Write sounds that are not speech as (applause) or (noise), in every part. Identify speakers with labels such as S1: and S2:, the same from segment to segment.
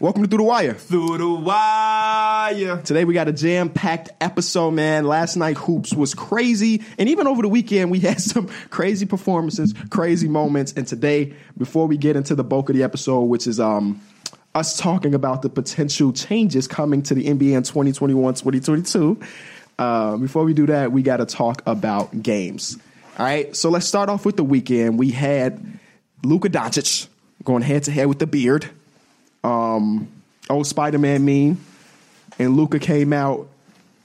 S1: Welcome to Through the Wire.
S2: Through the wire.
S1: Today we got a jam-packed episode, man. Last night hoops was crazy, and even over the weekend we (laughs) had some crazy performances, crazy moments. And today, before we get into the bulk of the episode, which is um us talking about the potential changes coming to the NBA in 2021-2022, uh, before we do that, we got to talk about games. All right, so let's start off with the weekend. We had Luka Doncic going head-to-head with the Beard old Spider Man meme, and Luca came out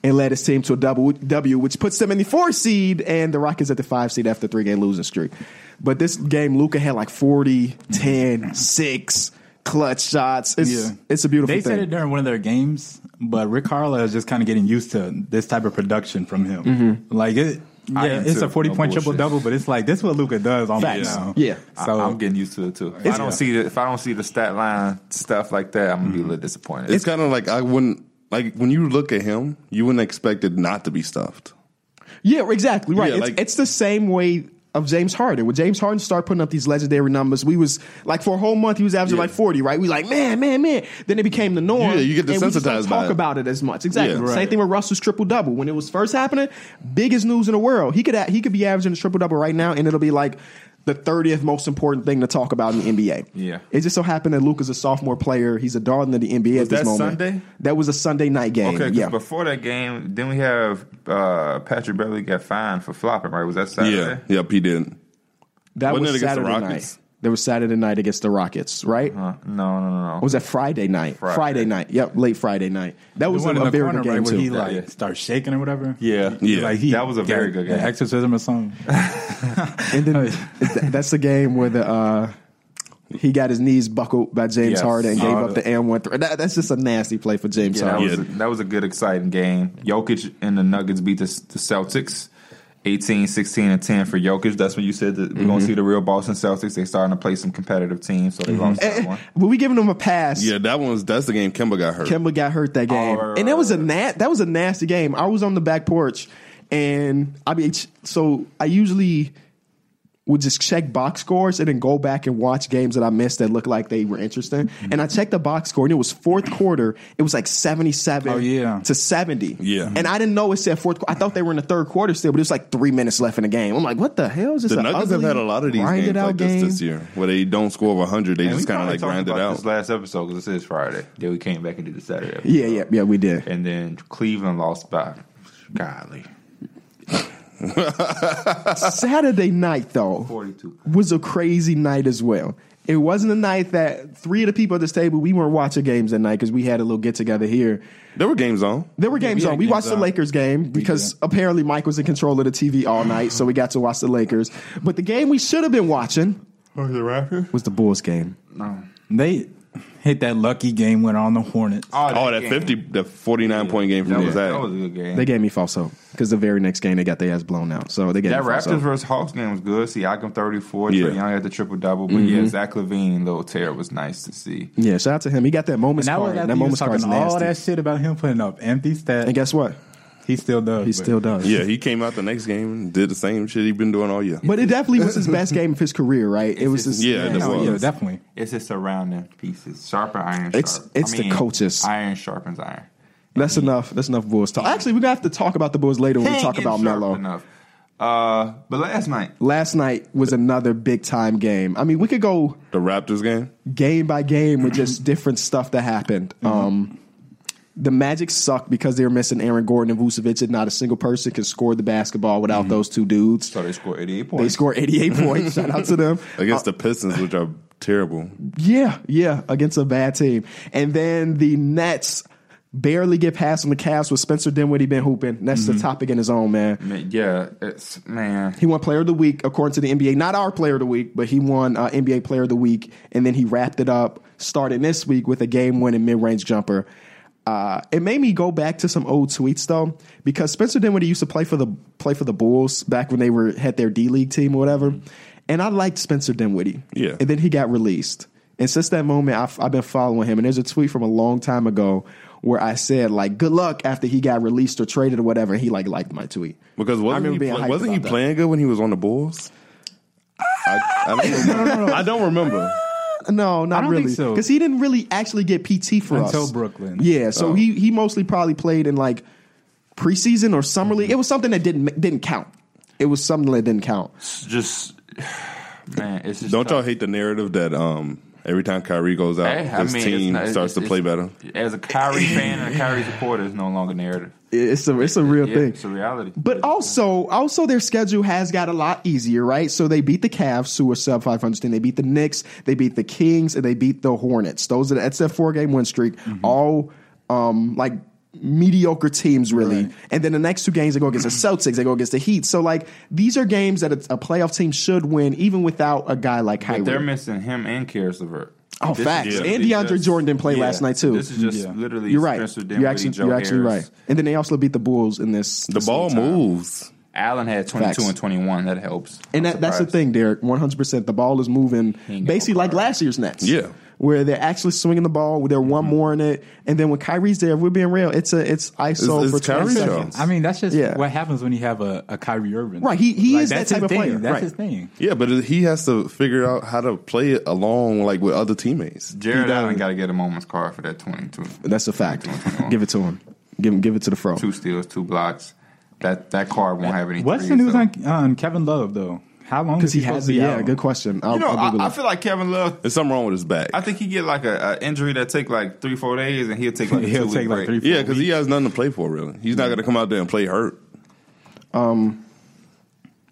S1: and led his team to a double W, which puts them in the four seed, and the Rockets at the five seed after three game losing streak. But this game, Luca had like 40, 10, 6 clutch shots. It's,
S2: Yeah.
S1: it's a beautiful
S3: They
S1: thing.
S3: said it during one of their games, but Rick Carlisle is just kind of getting used to this type of production from him. Like it,
S4: I
S3: yeah,
S4: am
S3: it's
S4: too.
S3: a forty
S4: No
S3: point
S4: bullshit.
S3: triple double, but it's like this is what Luca does on
S1: Facts.
S3: now.
S1: Yeah.
S3: so
S4: I, am getting used to it too. If I
S1: It's-
S4: don't see the, if I don't see the stat line stuff like that, I'm gonna be a little disappointed.
S5: It's kind of like I wouldn't like when you look at him, you wouldn't expect it not to be stuffed.
S1: Yeah, exactly. Right.
S5: Yeah,
S1: it's,
S5: like-
S1: it's the same way of James Harden. When James Harden started putting up these legendary numbers, we was like for a whole month he was averaging
S5: Yeah.
S1: like forty, right? We like, man, man, man. Then it became the norm.
S5: Yeah, you get
S1: and we just don't
S5: desensitized by
S1: talk
S5: it.
S1: about it as much. Exactly.
S5: Yeah.
S1: Same
S3: Right.
S1: thing with Russell's triple double. When it was first happening, biggest news in the world. He could a- he could be averaging a triple double right now, and it'll be like the thirtieth most important thing to talk about in the NBA.
S4: Yeah.
S1: It just so happened that Luke is a sophomore player. He's a darling of the NBA at this
S4: that
S1: moment.
S4: Sunday?
S1: That was a Sunday night game.
S4: okay, 'cause
S1: yeah.
S4: before that game, then we have uh, Patrick Beverly got fined for flopping. Right? Was that
S5: Yeah,
S4: Saturday?
S5: yep, he did.
S1: That
S5: Wasn't
S1: was
S5: it against the
S1: Saturday night.
S5: Rockets?
S1: There was Saturday night against the Rockets, right?
S4: Uh, no, no, no,
S1: Or
S4: no.
S1: was that Friday night? Friday,
S4: Friday.
S1: night. Yep, late Friday night. That
S3: The
S1: was a,
S3: one in
S1: a
S3: the
S1: very
S3: corner,
S1: good game
S3: right, where
S1: too.
S3: he like starts shaking or whatever.
S4: Yeah.
S5: Yeah.
S3: like he,
S4: That was a very good
S3: yeah,
S4: game.
S3: exorcism or something.
S1: and then
S3: (laughs)
S1: is that- that's the game where the uh, he got his knees buckled by James
S4: Yes.
S1: Harden and gave
S3: Oh,
S1: up the and one three. That, that's just a nasty play for James
S4: Yeah, that
S1: Harden.
S4: was a, that was a good, exciting game. Jokic and the Nuggets beat the, the Celtics. 18, 16, and 10 for Jokic. That's when you said that we're going to see the real Boston Celtics. They starting to play some competitive teams, so they lost that one.
S1: Were we giving him a pass?
S5: Yeah, that one was that's the game Kemba got hurt.
S1: Kemba got hurt that game,
S4: Oh, right,
S1: and that
S4: right,
S1: was a nat that was a nasty game. I was on the back porch, and I mean, it's- so I usually would just check box scores and then go back and watch games that I missed that looked like they were interesting.
S5: Mm-hmm.
S1: And I checked the box score, and it was fourth quarter. It was like seventy seven
S3: Oh, yeah.
S1: to seventy.
S5: Yeah.
S1: and I didn't know it said fourth. qu- I thought they were in the third quarter still, but it was like three minutes left in the game. I'm like, what the hell is this?
S5: the
S1: an
S5: Nuggets have
S1: ugly,
S5: had a lot of these
S1: grinded
S5: games
S1: out
S5: like this
S1: game?
S5: this year, where they don't score over hundred. They
S4: And we
S5: just kind of
S4: probably talked
S5: like grind it
S4: about
S5: out.
S4: This last episode because this is Friday. Then we came back and did the Saturday. episode.
S1: Yeah, yeah, yeah. We did.
S4: and then Cleveland lost by golly
S1: Saturday night though
S4: 42.
S1: was a crazy night as well. It wasn't a night that three of the people at this table we weren't watching games that night because we had a little get together here.
S5: There were games on.
S1: There were games
S3: we had
S1: on. We
S3: games
S1: watched the
S3: on.
S1: Lakers game because apparently Mike was in control of the TV all night, so we got to watch the Lakers. But the game we should have been watching was the Bulls game.
S3: They hit that lucky game winner on the Hornets.
S5: Oh, that fifty, that forty nine point game
S4: That
S5: from
S4: was, that was a
S5: Zach.
S4: good game.
S1: They gave me false hope because the very next game they got their ass blown out. So they got
S4: that
S1: me false
S4: Raptors
S1: hope.
S4: versus Hawks game was good. See, I come 34.
S5: Yeah.
S4: Trey Young had the triple double. But yeah, Zach Levine, little tear was nice to see.
S1: Yeah, shout out to him. He got that
S3: and
S1: moments
S3: that was
S1: card.
S3: after
S1: That
S3: he was
S1: moments
S3: talking
S1: card's nasty.
S3: all that shit about him putting up empty stats.
S1: and guess what?
S3: he still does.
S1: He
S3: but-
S1: still does.
S5: Yeah, he came out the next game and did the same shit he been doing all year.
S1: But it definitely was his best game of his career, right? It was his
S5: Yeah, that's
S3: Oh,
S5: what
S3: yeah,
S5: it was.
S3: definitely.
S4: It's his surrounding pieces. Sharpen iron.
S1: It's-
S4: sharp.
S1: it's the coaches.
S4: Iron sharpens iron.
S1: That's enough. That's enough Bulls talk. Actually, we're gonna have to talk about the Bulls later when we
S4: Ain't
S1: talk
S4: getting
S1: about
S4: sharp
S1: Melo.
S4: Enough. Uh, but last night,
S1: Last night was another big time game. I mean, we could go
S5: The Raptors game.
S1: game by game with just different stuff that happened. Um, the Magic sucked because they were missing Aaron Gordon and Vucevic, and not a single person could score the basketball without those two dudes.
S4: so they scored 88 points.
S1: They scored 88 points. Shout out to them.
S5: Against the Pistons, which are terrible.
S1: Yeah, yeah, against a bad team. And then the Nets barely get past on the Cavs with Spencer Dinwiddie been hooping. That's the topic in his own, man.
S4: Man, yeah, it's man.
S1: He won Player of the Week according to the NBA. Not our Player of the Week, but he won uh, NBA Player of the Week, and then he wrapped it up starting this week with a game-winning mid-range jumper. Uh, it made me go back to some old tweets though, because Spencer Dinwiddie used to play for the play for the Bulls back when they were had their D League team or whatever, and I liked Spencer Dinwiddie.
S5: Yeah.
S1: and then he got released, and since that moment, I've, I've been following him. And there's a tweet from a long time ago where I said like, "Good luck" after he got released or traded or whatever. And he like liked my tweet.
S5: Because
S1: I remember
S5: wasn't he,
S1: being
S5: play-
S1: hyped
S5: wasn't he
S1: about that. (laughs)
S5: playing good when he was on the Bulls? I, I don't remember. I don't remember.
S1: No, not
S3: I don't
S1: really.
S3: think so.
S1: Because he didn't really actually get PT for us
S3: Until Brooklyn. Oh.
S1: Yeah, so he he mostly probably played in like preseason or summer league. It was something that didn't didn't count. It was something that didn't count.
S4: just man, it's just
S5: Don't
S4: tough.
S5: y'all hate the narrative that um every time Kyrie goes out,
S4: Hey, I
S5: his
S4: mean,
S5: team
S4: it's not-
S5: starts
S4: it's-
S5: to play
S4: it's-
S5: better?
S4: As a
S5: (laughs)
S4: Kyrie fan and a Kyrie supporter, it's no longer narrative.
S1: It's a it's a real
S4: Yeah,
S1: thing.
S4: it's a reality.
S1: But also, also their schedule has got a lot easier, right? So they beat the Cavs, who are sub five hundred team. They beat the Knicks, they beat the Kings, and they beat the Hornets. Those are that's their four game win streak.
S4: Mm-hmm.
S1: All um like mediocre teams really. And then the next two games they go against the Celtics, they go against the Heat. So like these are games that a, a playoff team should win, even without a guy like Kyrie.
S4: But they're missing him and Karis LeVert.
S1: Oh,
S4: This is
S1: facts.
S4: just-
S1: And DeAndre
S4: just-
S1: Jordan didn't play
S4: yeah.
S1: last night, too.
S4: This is just
S3: Yeah.
S4: literally
S1: you're right.
S4: Spencer Dinwiddie,
S1: You're actually
S4: Joe
S1: you're actually
S4: Harris.
S1: right. And then they also beat the Bulls in this.
S5: The ball moves.
S4: Allen had 22
S1: Facts.
S4: and 21. That helps.
S1: And
S4: I'm
S1: that, that's the
S4: surprised.
S1: thing, Derek. One hundred percent. The ball is moving,
S4: ain't got
S1: basically
S4: no
S1: like
S4: power.
S1: last year's Nets.
S5: Yeah.
S1: where they're actually swinging the ball. They're one more in it, and then when Kyrie's there, if we're being real. It's a it's ISO
S5: It's-
S1: for
S5: it's
S1: twenty
S5: Kyrie show.
S1: seconds.
S3: I mean, that's just
S1: Yeah.
S3: what happens when you have a, a Kyrie Irving.
S1: Right, he- he is that
S3: that's
S1: type
S3: his
S1: of
S3: thing.
S1: player.
S3: That's
S1: Right.
S3: his thing.
S5: Yeah, but he has to figure out how to play it along like with other teammates.
S4: Jared Allen got to get a moment's card for that 22.
S1: That's a fact. give it to him. Give him. Give it to the fro.
S4: Two steals, two blocks. That that card won't have any.
S3: What's the news
S4: threes, though.
S3: on on Kevin Love though? How long
S1: Because
S3: is
S1: he
S3: supposed
S1: has.
S3: to
S1: A,
S3: be
S1: yeah,
S3: out?
S1: good question. I'll,
S4: You know,
S1: I'll Google
S4: I, I
S1: it.
S4: feel like Kevin Love.
S5: There's something wrong with his back.
S4: I think he get like a, a injury that take like three, four days, and
S1: (laughs)
S4: he'll take
S3: (laughs)
S4: like
S3: He'll
S4: two
S3: take like three,
S5: yeah, because he has nothing to play for really. He's not going to come out there and play hurt.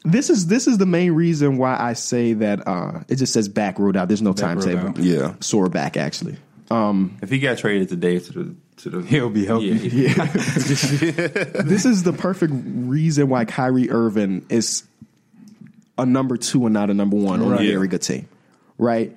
S1: this is this is the main reason why I say that uh, it just says back ruled out. There's no
S3: Back ruled
S1: timetable.
S3: out.
S5: Yeah.
S1: sore back actually.
S4: If he got traded today to the to the,
S3: He'll be healthy.
S4: Yeah,
S1: this is the perfect reason why Kyrie Irving is a number two and not a number one on
S3: Right.
S1: a very good team, right?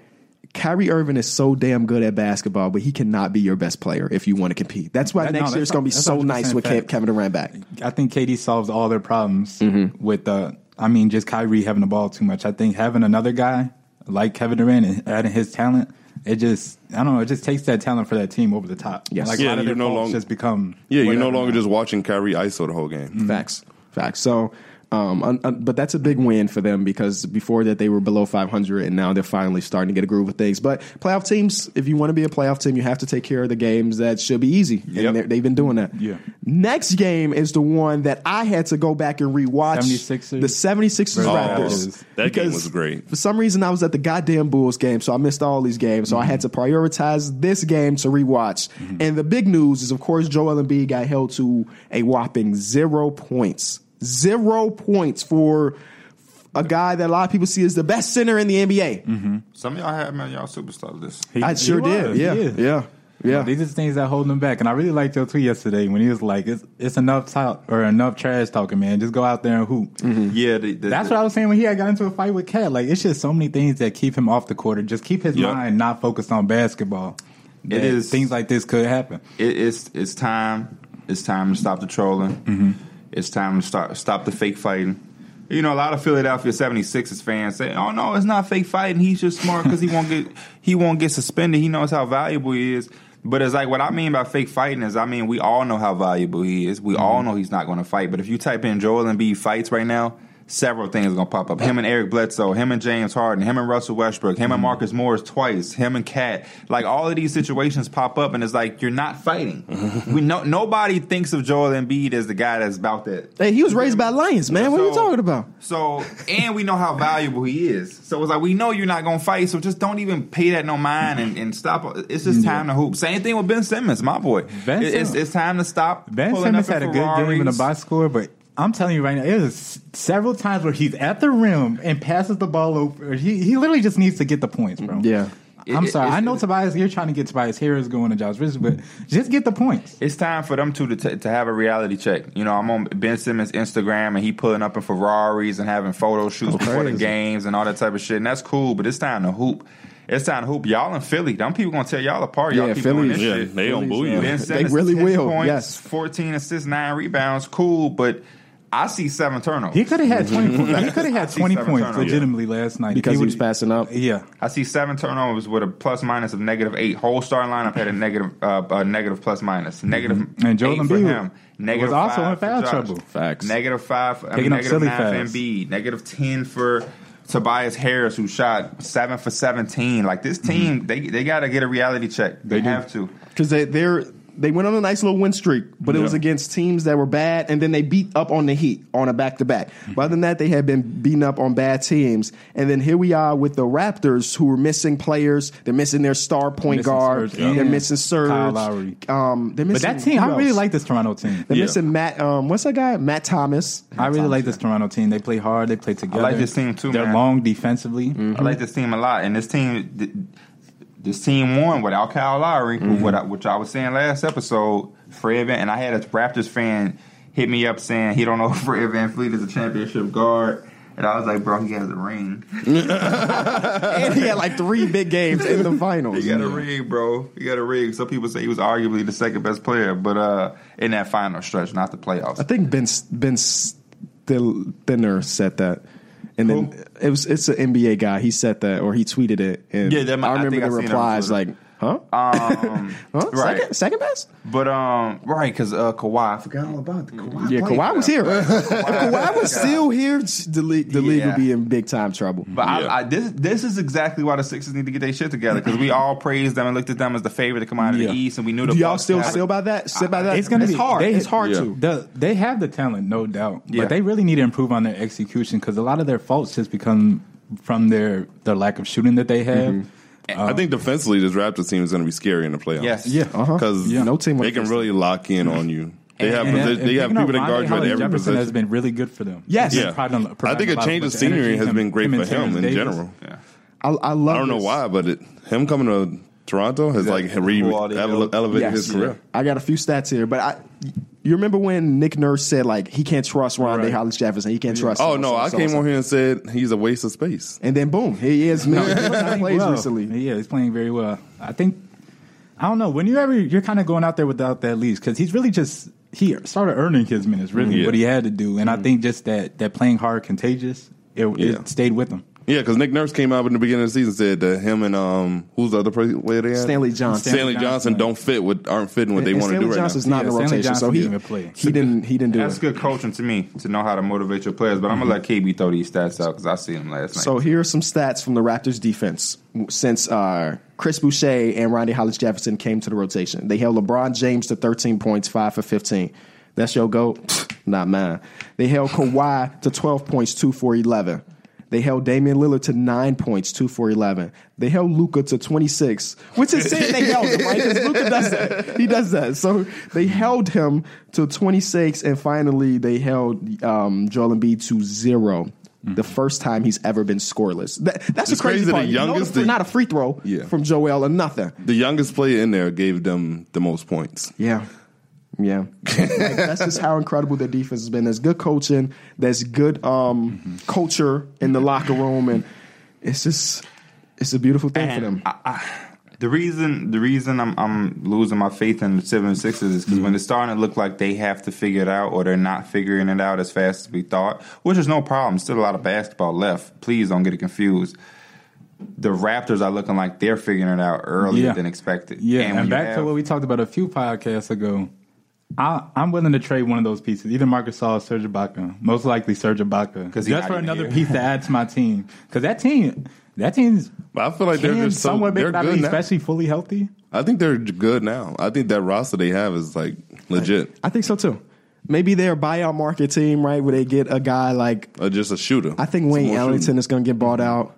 S1: Kyrie Irving is so damn good at basketball, but he cannot be your best player if you want to compete. That's why
S3: That- no,
S1: next
S3: that's
S1: year it's going to be
S3: not- that's
S1: so nice
S3: 100%
S1: with Ke-
S3: fact.
S1: Kevin Durant back.
S3: I think KD solves all their problems
S1: Mm-hmm.
S3: with uh I mean just Kyrie having the ball too much. I think having another guy like Kevin Durant and adding his talent, it just I don't know, it just takes that talent for that team over the top.
S1: Yes.
S3: Like a
S5: Yeah,
S3: lot of
S5: you're
S3: their
S5: no
S3: faults
S5: longer-
S3: just become
S5: Yeah, you're no
S3: whatever.
S5: longer just watching Kyrie ISO the whole game.
S1: Facts, facts. So, um, un, un- but that's a big win for them because before that they were below 500, and now they're finally starting to get a groove of things. But playoff teams, if you want to be a playoff team, you have to take care of the games that should be easy,
S5: Yep.
S1: and they're- they've been doing that.
S3: Yeah.
S1: Next game is the one that I had to go back and rewatch
S3: 76ers?
S1: the 76ers
S3: Oh,
S1: Raptors.
S5: that game
S1: because
S5: was great.
S1: For some reason, I was at the goddamn Bulls game, so I missed all these games. So I had to prioritize this game to rewatch. And the big news is, of course, Joel Embiid got held to a whopping zero points. Zero points for a guy that a lot of people see as the best center in the NBA.
S4: Some of y'all had man, y'all superstar list.
S3: He-
S1: I
S3: he
S1: sure
S3: was,
S1: did.
S3: he
S1: Yeah,
S3: is.
S1: yeah, yeah.
S3: These are the things that hold him back. And I really liked your tweet yesterday when he was like, It's it's enough talk or enough trash talking, man. Just go out there and hoop.
S4: Yeah, the, the,
S3: That's
S4: the,
S3: what I was saying when he had got into a fight with Cat. Like it's just so many things that keep him off the court. and Just keep his
S5: Yeah.
S3: mind not focused on basketball. That
S4: is-
S3: things like this could happen.
S4: it, it's it's time. It's time to stop the trolling.
S3: Mm-hmm.
S4: It's time to start stop the fake fighting. You know, a lot of Philadelphia 76ers fans say, "Oh no, it's not fake fighting. He's just smart because he won't
S3: (laughs)
S4: get he won't get suspended. He knows how valuable he is." But it's like what I mean by fake fighting is I mean we all know how valuable he is.
S3: Mm-hmm.
S4: We all know he's not going to fight. But if you type in Joel Embiid fights right now, several things are going to pop up. Him and Eric Bledsoe, him and James Harden, him and Russell Westbrook, him
S3: Mm-hmm.
S4: and Marcus Morris twice, him and Cat. Like all of these situations pop up, and it's like you're not fighting.
S3: Mm-hmm.
S4: we no, nobody thinks of Joel Embiid as the guy that's about that.
S1: Hey, he was raised by lions, man. What are you
S4: So-
S1: talking about?
S4: So, and we know how valuable he is. So it's like we know you're not gonna fight. So just don't even pay that no mind and, and stop. It's just time to hoop. Same thing with Ben Simmons, my boy.
S3: Ben
S4: It- it's,
S3: Simmons.
S4: it's time to stop.
S3: Ben
S4: pulling
S3: Simmons
S4: up
S3: had a
S4: in
S3: good game in the
S4: Ferraris.
S3: box score, but I'm telling you right now, it is several times where he's at the rim and passes the ball over. He he literally just needs to get the points, bro.
S1: Yeah.
S3: I'm
S4: It- it-
S3: sorry. I
S4: it's-
S3: know Tobias. You're trying to get Tobias Harris going to Josh Richardson, but just get the points.
S4: It's time for them two to, t- to have a reality check. You know, I'm on Ben Simmons' Instagram and he pulling up in Ferraris and having photo shoots before the
S1: crazy.
S4: games and all that type of shit. And that's cool, but it's time to hoop. It's time to hoop. Y'all in Philly, them people gonna tear y'all apart. Y'all
S1: Yeah,
S4: keep
S1: Philly-
S4: doing this
S5: Yeah,
S4: shit.
S5: they don't boo you.
S4: Ben Simmons,
S1: really
S4: 10
S1: will,
S4: Points,
S1: yes.
S4: 14 assists, nine rebounds, cool. But I see seven turnovers.
S3: He could have had 20 points. He could have had
S4: I see
S3: 20
S4: seven
S3: points
S4: turnovers.
S3: legitimately last night.
S1: Because he
S3: would-
S1: was passing up.
S3: Yeah.
S4: I see seven turnovers with a plus minus of negative eight. Whole starting lineup had a negative, uh, a negative plus minus. Negative
S3: Mm-hmm. And Joel
S4: eight for
S3: Embiid
S4: him. Negative
S3: was also
S4: five
S3: in
S4: for
S3: foul
S4: Josh.
S3: trouble.
S1: Facts.
S4: Negative five. I mean,
S3: Picking up
S4: negative
S3: silly
S4: nine for
S3: fouls.
S4: Embiid. Negative ten for Tobias Harris, who shot seven for seventeen. Like this team, they they got to get a reality check.
S3: Mm-hmm.
S4: They,
S3: They do.
S4: have to.
S1: because they they're they went on a nice little win streak, but it was
S4: Yeah.
S1: against teams that were bad, and then they beat up on the Heat on a back to back.
S4: Hmm.
S1: But other than that, they had been beaten up on bad teams, and then here we are with the Raptors, who are missing players. They're missing their star point
S3: Missing
S1: guard.
S3: Serge, yeah.
S1: They're missing Serge.
S3: Kyle Lowry.
S1: Um, they're missing.
S3: But that team,
S1: who
S3: I really
S1: else?
S3: like this Toronto team.
S1: They're
S4: Yeah.
S1: missing Matt. Um, what's that guy? Matt Thomas.
S3: I really like this Toronto team. They play hard. They play together.
S4: this team too,
S3: They're
S4: man.
S3: long defensively.
S1: Mm.
S4: I like this team a lot, and this team, th- this team won without Kyle Lowry, who- what I, which I was saying last episode. Fred Van, and I had a Raptors fan hit me up saying he don't know if Fred Van Fleet is a championship guard, and I was like, bro, he has a ring.
S1: and (laughs) he had like three big games in
S4: (laughs)
S1: the finals.
S4: He got a ring, bro. He got a ring. Some people say he was arguably the second best player, but uh, in that final stretch, not the
S1: I (laughs)
S4: playoffs.
S1: think Ben Ben Still- Thinner said that, and then it was it's an NBA guy. He said that or he tweeted it. And
S4: Yeah, that might-
S1: I
S4: I
S1: remember
S4: think I
S1: the
S4: seen it on
S1: replies like,
S4: Twitter.
S1: "Huh?
S4: Um,
S1: huh?
S4: right.
S1: Second, second best?
S4: But um, right, because uh, Kawhi, I forgot all about the Kawhi.
S1: Yeah,
S4: played
S1: Kawhi was
S4: for
S1: here.
S4: them.
S1: (laughs) if Kawhi was still here, the league the league
S4: Yeah.
S1: would be in big time trouble.
S4: But
S5: Yeah.
S4: I, I, this this is exactly why the Sixers need to get their shit together because we all praised them and looked at them as the favorite to come out of
S3: Yeah.
S4: the East, and we knew the
S1: Do y'all
S4: Bucks
S1: still
S4: had-
S1: still by that? Still by that?
S3: It's gonna
S1: It's
S3: be
S1: hard.
S3: They,
S1: it's hard
S5: yeah.
S1: to.
S3: The, they have the talent, no doubt,
S4: Yeah.
S3: but they really need to improve on their execution because a lot of their faults just become from their their lack of shooting that they have.
S1: Mm-hmm.
S5: I think defensively, this Raptors team is going to be scary in the playoffs.
S4: Yes,
S3: Yeah,
S1: Uh-huh.
S5: because
S3: Yeah.
S1: No team
S5: they
S1: like
S5: can
S1: this.
S5: really lock in on you. They have
S3: And that-
S5: posi-
S3: and
S5: they have
S3: picking up
S5: people that
S3: Rondae
S5: guard you at
S3: Hollis
S5: every
S3: Jefferson has
S5: position.
S3: been really good for them.
S1: Yes.
S5: Yeah,
S3: Providing-
S5: I think
S3: providing
S5: a
S3: lot
S5: change of
S3: with the
S5: scenery
S3: energy,
S5: has
S3: him-
S5: been great
S3: him
S5: for
S3: and
S5: him
S3: Terrence
S5: in
S3: Davis.
S5: general.
S1: I, I love.
S5: I don't know
S1: this.
S5: why, but it, him coming to Toronto has like re-
S4: Who all they
S5: ele-
S4: built.
S5: elevated
S1: Yes.
S5: his career.
S1: I got a few stats here, but I. You remember when Nick Nurse said like he can't trust Rondae
S3: Right.
S1: Hollis Jefferson, he can't trust.
S5: Oh
S1: so-
S5: no,
S1: so-
S5: I
S1: so-
S5: came
S1: so-
S5: on here and said he's a waste of space.
S1: And then boom, here he (laughs) is. No, plays
S3: well.
S1: recently.
S3: Yeah, he's playing very well. I think I don't know when you ever you're kind of going out there without that leash because he's really just he started earning his minutes really
S5: Yeah.
S3: what he had to do, and I think just that that playing hard contagious it,
S5: Yeah.
S3: it stayed with him.
S5: Yeah, because Nick Nurse came out in the beginning of the season said that him and um who's the other player they had
S1: Stanley Johnson.
S5: Stanley
S3: Johnson.
S5: Johnson don't fit with aren't fitting what they
S1: And
S5: want to
S1: Stanley
S5: do right
S1: Johnson's
S5: now.
S1: not in the
S3: Yeah, Stanley
S1: rotation, so
S3: Johnson
S1: he
S3: didn't even play.
S1: he didn't he didn't do
S4: That's
S1: it.
S4: good coaching to me to know how to motivate your players. But I'm gonna let KB throw these stats out because I see them last night.
S1: Mm-hmm. So here are some stats from the Raptors defense since uh, Chris Boucher and Ronnie Hollis Jefferson came to the rotation. They held LeBron James to 13 points, five for 15. That's your goat, not mine. They held Kawhi to 12 points, two for 11. They held Damian Lillard to nine points, two for eleven. They held Luca to twenty six, which is saying they held him, right? Because Luca does that. He does that. So they held him to twenty six, and finally they held um, Joel Embiid to 0 The first time he's ever been scoreless. That, that's
S5: It's
S1: the crazy,
S5: crazy the
S1: part. You know
S5: youngest-
S1: the- not a free throw
S5: Yeah.
S1: from Joel or nothing.
S5: The youngest player in there gave them the most points.
S1: Yeah. Yeah. Like, that's just how incredible their defense has been. There's good coaching, there's good um, culture in the locker room, and it's just it's a beautiful thing for
S4: And
S1: them.
S4: I, I, the reason the reason I'm I'm losing my faith in the seven sixes is because
S3: Mm-hmm.
S4: when it's starting to look like they have to figure it out or they're not figuring it out as fast as we thought, which is no problem. Still a lot of basketball left. Please don't get it confused. The Raptors are looking like they're figuring it out earlier
S3: Yeah.
S4: than expected.
S3: Yeah,
S4: when
S3: and,
S4: you
S3: back to
S4: have-
S3: what we talked about a few podcasts ago. I, I'm willing to trade one of those pieces, either Marcus Gasol or Serge Ibaka. Most likely Serge Ibaka,
S4: 'Cause he's
S3: just
S4: not
S3: for
S4: even
S3: another
S4: here.
S3: piece to add to my team. Because that team, that team's
S5: But I feel like they're
S3: can
S5: just so
S3: somewhat make
S5: they're
S3: it out of
S5: good
S3: me,
S5: now.
S3: especially fully healthy.
S5: I think they're good now. I think that roster they have is like legit,
S1: I think so too. Maybe they're a buyout market team, right? Where they get a guy like
S5: uh, just a shooter.
S1: I think
S5: It's
S1: Wayne
S5: more
S1: Ellington
S5: shooting.
S1: is going to get bought out.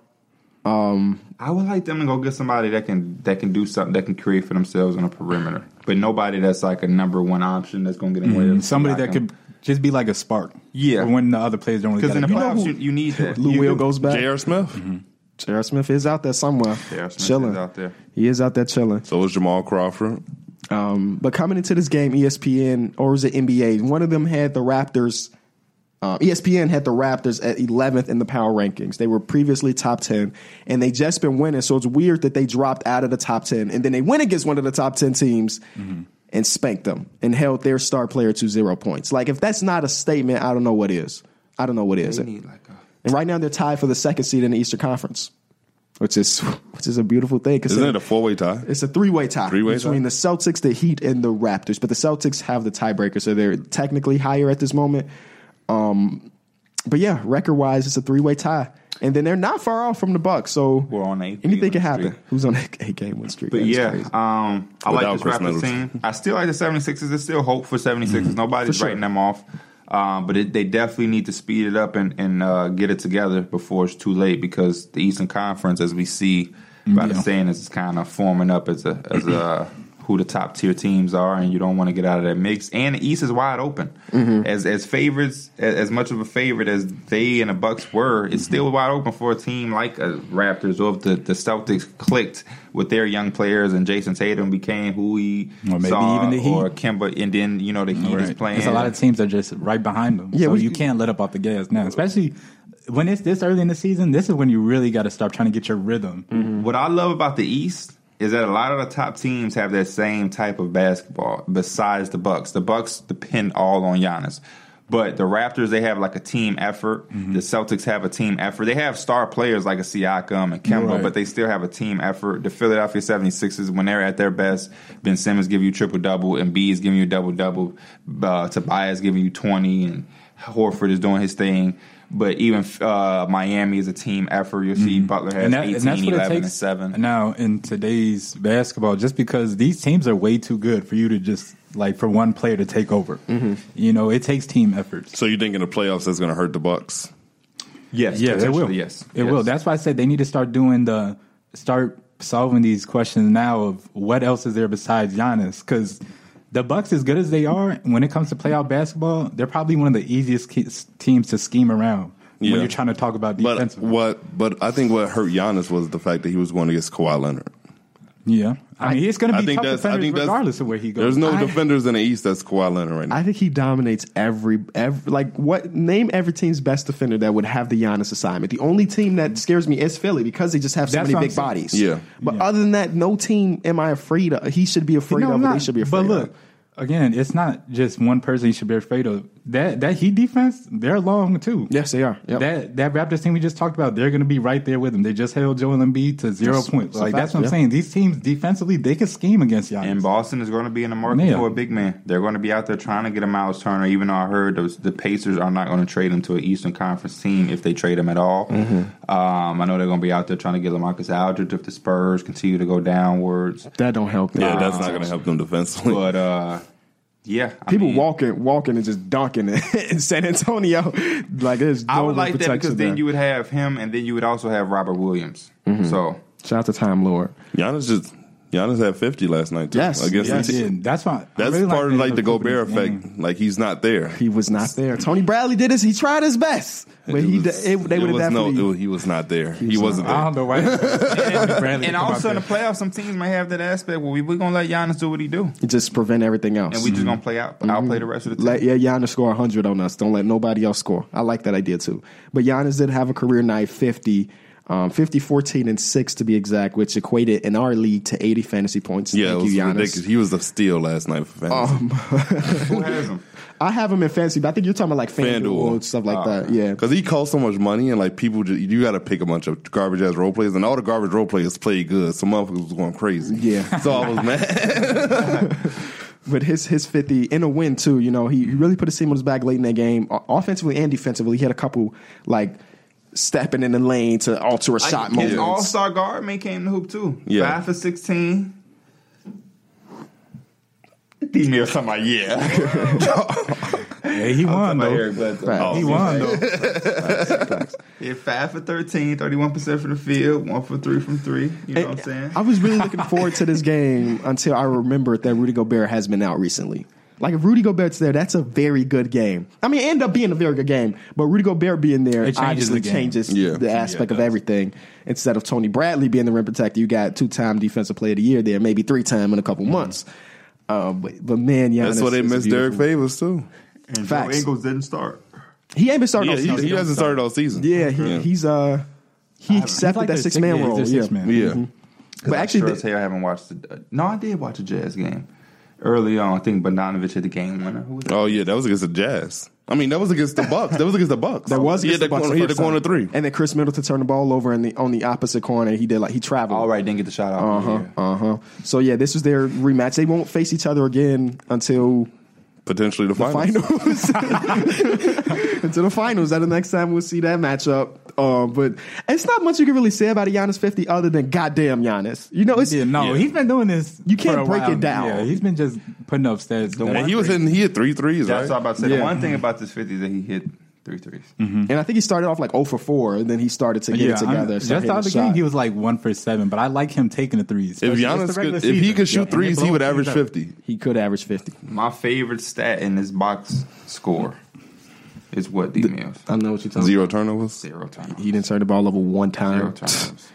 S4: I would like them to go get somebody that can that can do something that can create for themselves on a perimeter, but nobody that's like a number one option that's going to get in the way of
S3: Mm-hmm. Somebody that
S4: knocking.
S3: could just be like a spark.
S4: Yeah.
S3: for when the other players don't really
S4: Because
S3: get
S4: in the
S3: it. You know
S4: playoffs,
S3: who-
S4: you, you need that.
S1: Lou
S4: You
S1: Will
S4: do.
S1: goes back.
S5: J.R. Smith.
S3: Mm-hmm.
S1: J.R. Smith is out there somewhere,
S4: J.R. Smith is
S1: chilling.
S4: out there.
S1: He is out there chilling.
S5: So is Jamal Crawford.
S1: Um, but coming into this game, E ESPN or was it NBA? One of them had the Raptors. Um, ESPN had the Raptors at 11th in the power rankings. They were previously top 10, and they just been winning. So it's weird that they dropped out of the top 10, and then they went against one of the top 10 teams
S5: Mm-hmm.
S1: and spanked them and held their star player to zero points. Like if that's not a statement, I don't know what is. I don't know what is.
S4: They need like
S3: uh,
S4: a
S1: And right now they're tied for the second seed in the Eastern Conference, which is (laughs) which is a beautiful thing. because
S5: Isn't it a four way tie?
S1: it's a three-way tie
S5: Three-way
S1: between
S5: tie?
S1: the Celtics, the Heat, and the Raptors. But the Celtics have the tiebreaker, so they're technically higher at this moment. Um, but yeah, record-wise, it's a three-way tie. and then they're not far off from the Bucks. So
S4: We're on eight.
S1: anything
S4: game
S1: can happen.
S4: streak.
S1: Who's on that eight (laughs) game win streak?
S4: But
S1: That is
S4: yeah,
S1: crazy.
S4: um, I
S5: Without
S4: like this
S5: Chris
S4: Raptors
S5: Middleton.
S4: team. I still like the 76ers. There's still hope for 76ers. Nobody's
S1: sure.
S4: writing them off. Um, but it, they definitely need to speed it up and, and uh, get it together before it's too late because the Eastern Conference, as we see by the standings, is kind of forming up as a as a (clears throat) who the top tier teams are, and you don't want to get out of that mix. And the East is wide open. As as favorites, as, as much of a favorite as they and the Bucks were, it's still wide open for a team like a Raptors or if the, the Celtics clicked with their young players and Jason Tatum became who he
S3: Or maybe
S4: saw,
S3: even the Heat.
S4: or Kimba, and then you know the Heat is
S3: Right.
S4: playing.
S3: There's a lot of teams that are just right behind them.
S1: Yeah,
S3: so
S1: we-
S3: you can't let up off the gas now, especially when it's this early in the season. This is when you really got to start trying to get your rhythm.
S4: What I love about the East is that a lot of the top teams have that same type of basketball. Besides the Bucks, the Bucks depend all on Giannis. But the Raptors, they have like a team effort. The Celtics have a team effort. They have star players like a Siakam and Kemba,
S3: Right.
S4: but they still have a team effort. The Philadelphia 76ers, when they're at their best, Ben Simmons give you triple double, and B is giving you double double. Uh, Tobias giving you 20, and Horford is doing his thing. But even uh, Miami is a team effort. You'll see Butler has
S3: and, that-
S4: 18,
S3: and that's what
S4: 11,
S3: it takes
S4: and 7.
S3: now in today's basketball just because these teams are way too good for you to just like for one player to take over
S4: Mm-hmm.
S3: you know it takes team efforts
S5: So you think in the playoffs that's going to hurt the Bucks?
S4: yes,
S3: yes it will
S4: potentially, Yes,
S3: it
S4: yes.
S3: will that's why i said they need to start doing the start solving these questions now of what else is there besides Giannis because the bucks as good as they are when it comes to playoff basketball they're probably one of the easiest ke- teams to scheme around
S5: Yeah.
S3: when you're trying to talk about
S5: But
S3: defense
S5: what? But I think what hurt Giannis was the fact that he was going against Kawhi Leonard.
S3: yeah i mean it's going to
S5: I
S3: be
S5: think
S3: tough
S5: that's. I
S3: defenders
S5: think that's
S3: regardless of where he goes
S5: There's no
S1: I-
S5: defenders in the East that's Kawhi Leonard right now.
S1: I think he dominates every every like what name every team's best defender that would have the Giannis assignment. The only team that scares me is Philly because they just have so
S3: That's
S1: many
S3: what I'm
S1: big
S3: saying.
S1: bodies.
S5: Yeah.
S1: But other than that, no team am I afraid of. He should be afraid
S3: No,
S1: of.
S3: I'm
S1: or They
S3: not.
S1: should be afraid.
S3: But look,
S1: of.
S3: again, it's not just one person you should be afraid of. That that Heat defense, they're long too.
S1: yes, they are. Yep.
S3: That that Raptors team we just talked about, they're going to be right there with them. They just held Joel Embiid to zero
S1: That's-
S3: points.
S1: that's a
S3: Like
S1: fact,
S3: that's what I'm
S1: yeah.
S3: saying. These teams defensively, they can scheme against Giannis.
S4: And Boston is going to be in the market
S3: Yeah.
S4: for a big man. They're going to be out there trying to get a Miles Turner. Even though I heard those, the Pacers are not going to trade him to an Eastern Conference team if they trade him at all.
S3: Mm-hmm.
S4: Um, I know they're going to be out there trying to get LaMarcus Aldridge if the Spurs continue to go downwards.
S1: that don't help.
S5: yeah,
S1: Nah.
S5: that's not going to help them defensively.
S4: But uh, yeah, I
S1: People
S4: mean,
S1: walking, walking, and just dunking (laughs) in San Antonio. Like there's no
S4: I would like that
S1: protection
S4: because
S1: there.
S4: then you would have him, and then you would also have Robert Williams.
S3: Mm-hmm.
S4: So
S1: shout out to Time Lord.
S5: Giannis just Giannis had 50 last night. Too,
S1: Yes,
S5: against
S1: yes.
S5: the
S3: Yeah,
S5: team.
S3: that's why. I
S5: That's
S3: really
S5: part of like the
S3: Vanderbilt
S5: Gobert
S3: in this game.
S5: effect. Like he's not there.
S1: He was not there. Tony Bradley did his. He tried his best, but he
S5: was-
S1: it, they
S5: it
S1: would have
S5: was no-
S1: definitely.
S5: it was- he was not there. He,
S1: was
S5: was not
S3: I
S1: (laughs)
S3: don't know why.
S4: And also in the playoffs, some teams may have that aspect where we're gonna let Giannis do what he do,
S1: just prevent everything else.
S4: and we just gonna play out, outplay the rest of the team.
S1: Let yeah, Giannis score 100 on us. Don't let nobody else score. I like that idea too. But Giannis did have a career night 50, um, 50, 14, and 6 to be exact, which equated in our league to 80 fantasy points.
S5: there. Yeah,
S1: Thank
S5: it was
S1: you, Giannis. Oh.
S5: ridiculous. He was a steal last night for fantasy.
S4: Who has him?
S1: I have him in fantasy, but I think you're talking about like
S5: FanDuel.
S1: FanDuel and stuff like that. Yeah.
S5: Because he cost so much money, and like people, just, you got to pick a bunch of garbage ass role players, and all the garbage role players played good. Some motherfuckers was going crazy.
S1: Yeah.
S5: (laughs) so I
S1: (laughs)
S5: was mad.
S1: But his his fifty in a win too. You know, he he really put his team on his back late in that game, o- offensively and defensively. He had a couple like stepping in the lane to alter a shot
S4: His All
S1: moment.
S4: Star guard may came to hoop too.
S5: Yeah.
S4: Five for sixteen. D me or somebody, yeah.
S3: yeah, he won
S4: Somebody
S3: though.
S4: Eric
S5: Oh.
S4: Bledsoe.
S1: Right.
S3: He won though.
S4: Yeah, five for 13, 31% from the field, one for three from three. You know what I'm saying?
S1: I was really looking forward to this game until I remembered that Rudy Gobert has been out recently. Like if Rudy Gobert's there, that's a very good game. I mean, it ended up being a very good game, but Rudy Gobert being there
S3: It changes
S1: obviously
S3: the game.
S1: changes
S5: Yeah.
S1: the aspect of everything. Instead of Tony Bradley being the rim protector, you got two time defensive player of the year there, maybe three time in a couple months. Uh, but, but man, yeah,
S5: That's why they missed Derek Favors too.
S4: And
S1: facts.
S4: Ingles didn't start.
S1: He ain't been starting.
S5: Yeah,
S1: all
S5: he,
S1: season.
S5: he hasn't started all season.
S1: yeah, he, he's uh he accepted
S3: Like
S1: that
S3: the
S1: six man
S3: yeah,
S1: role.
S3: he's
S1: Yeah,
S3: their six man.
S5: yeah.
S1: Mm-hmm. but actually,
S4: sure
S1: the-
S4: as hell I haven't watched the. uh, No, I did watch a Jazz game early on. I think Bogdanovich hit the game winner. Who was that?
S5: Oh yeah, that was against the Jazz. I mean, that was against the Bucks. That was against the Bucks.
S1: That was
S5: he
S1: against
S5: had the,
S1: Bucks
S5: corner, he had the
S1: first
S5: corner
S1: time.
S5: three.
S1: and then Chris Middleton turned the ball over and the on the opposite corner. He did like he traveled. Uh-huh,
S4: All right, didn't get the shot out.
S1: Uh huh. So yeah, this was their rematch. They won't face each other again until
S5: potentially the, finals. (laughs)
S1: finals. (laughs) Into the finals. That the next time we'll see that matchup. Um, but it's not much you can really say about a Giannis 50 other than goddamn Giannis. You know, it's
S3: Yeah, no,
S5: Yeah.
S3: he's been doing this.
S1: You
S3: for
S1: can't
S3: a
S1: break it
S3: while.
S1: down.
S3: Yeah, he's been just putting up stats.
S4: The
S5: And
S4: one-
S5: he was in. He hit three threes,
S4: That's what
S5: right?
S4: I'm about to say. The
S1: Yeah.
S4: one thing about this 50 is that he hit three threes.
S1: and I think he started off like 0 for 4, and then he started to get
S3: yeah,
S1: it
S3: I'm-
S1: together.
S3: just the other game, he was like one for seven. But I like him taking the threes.
S5: If
S3: especially just the
S5: Giannis, could,
S3: regular
S5: if he
S3: season.
S5: could shoot
S3: Yeah, and
S5: threes,
S3: they
S5: he would
S3: blow
S5: average
S3: threes up.
S5: fifty.
S1: he could average 50.
S4: My favorite stat in this box score is what D Mills.
S1: I know what you're talking
S5: Zero turnovers.
S4: Zero times.
S1: He didn't turn the ball over one time.
S4: Zero times.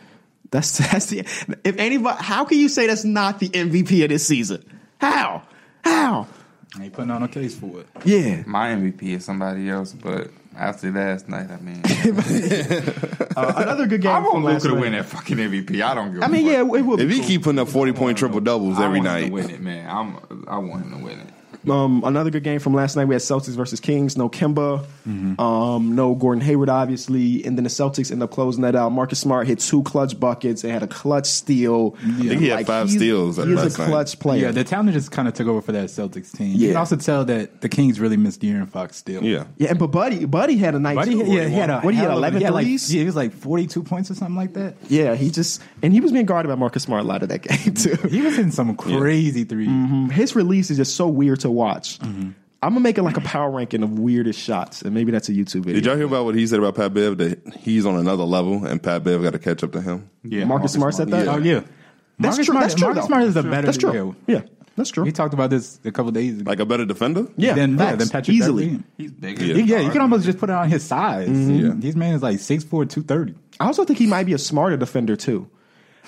S1: That's (laughs) that's the if anybody how can you say that's not the MVP of this season? How? How?
S3: And He putting on a case for it.
S1: Yeah.
S4: My MVP is somebody else, but after last night, I
S1: (laughs)
S4: mean,
S1: Uh, another good game.
S4: I want
S1: from last
S4: Luca to
S1: night.
S4: win that fucking MVP. I don't give.
S1: I mean,
S4: a
S1: yeah, it
S4: fuck.
S1: would
S5: If he keep putting up forty point triple doubles
S4: I
S5: every
S4: want him to
S5: night,
S4: win it, man. I'm, I want him to win it.
S1: Um, another good game from last night. We had Celtics versus Kings. No Kimba.
S3: Mm-hmm.
S1: Um, no Gordon Hayward, obviously. And then the Celtics end up closing that out. Marcus Smart hit two clutch buckets and had a clutch steal. I
S5: think he had five steals at
S1: He's a
S5: last night.
S1: clutch player.
S3: Yeah, the talent just kind of took over for that Celtics team.
S1: Yeah.
S3: You can also tell that the Kings really missed De'Aaron Fox still.
S5: yeah,
S1: yeah, and but Buddy, Buddy had a night.
S3: But he,
S1: too.
S3: yeah, he had a
S1: what he had
S3: hell of-
S1: 11
S3: he had like,
S1: threes?
S3: yeah, he was like forty-two points or something like that.
S1: Yeah, he just and he was being guarded by Marcus Smart a lot of that (laughs) game too.
S3: He was in some crazy threes.
S1: His release is just so weird to watch. I'm gonna make it like a power ranking of weirdest shots, and maybe that's a YouTube video.
S5: Did y'all hear about what he said about Pat Bev? That he's on another level, and Pat Bev got to catch up to him.
S4: Yeah,
S1: Marcus Smart said that?
S3: Oh yeah,
S1: That's
S3: Marcus
S1: true.
S3: Smart,
S1: That's true,
S3: Marcus
S1: though.
S3: Smart is a better.
S1: that's true.
S3: yeah.
S1: Yeah, that's true.
S3: We talked about this a couple days ago.
S5: Like a better defender.
S1: Yeah,
S3: Then, yeah,
S1: facts.
S3: then Patrick
S1: easily. Mm-hmm.
S3: Beverley.
S4: He's bigger.
S5: Yeah.
S3: Yeah, you can almost just put it on his size.
S5: Yeah.
S3: These man is like 6'4", 230.
S1: I also think he might be a smarter defender too.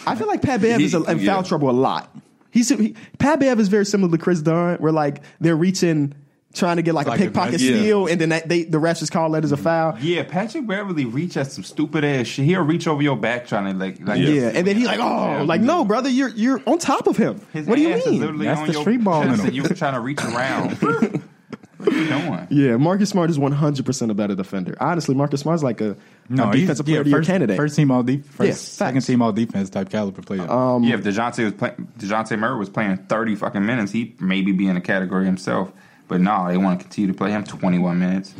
S1: I feel like Pat Bev is a, in
S5: He- yeah.
S1: foul trouble a lot. He's he, Pat Bev is very similar to Chris Dunn, where like they're reaching, trying to get like,
S3: Like
S1: a
S3: a
S1: pickpocket
S3: gun-
S5: yeah.
S1: steal, and then that, they the refs just call that as a foul.
S4: Yeah, Patrick Beverly reach at some stupid ass shit. He'll reach over your back trying to like, like
S1: Yeah, and then he like, oh, like no, brother, you're you're on top of him.
S4: His
S1: what do you
S4: ass Is
S1: mean?
S4: literally
S3: That's
S4: on
S3: the
S4: your
S3: street ball
S4: chest
S3: in him.
S4: and You trying to
S1: (laughs)
S4: reach around? what are you doing?
S1: Yeah, Marcus Smart is 100 percent a better defender. Honestly, Marcus Smart's like a, a
S3: he's-
S1: defensive player
S3: yeah,
S1: of the year
S3: first,
S1: candidate.
S3: First team all defense, first,
S1: Yeah,
S3: second
S1: facts. Um,
S3: team all defense type caliber player.
S4: yeah, if Dejounte was playing, Dejounte Murray was playing thirty fucking minutes, he maybe be in a category himself. But no, they want to continue to play him twenty one minutes.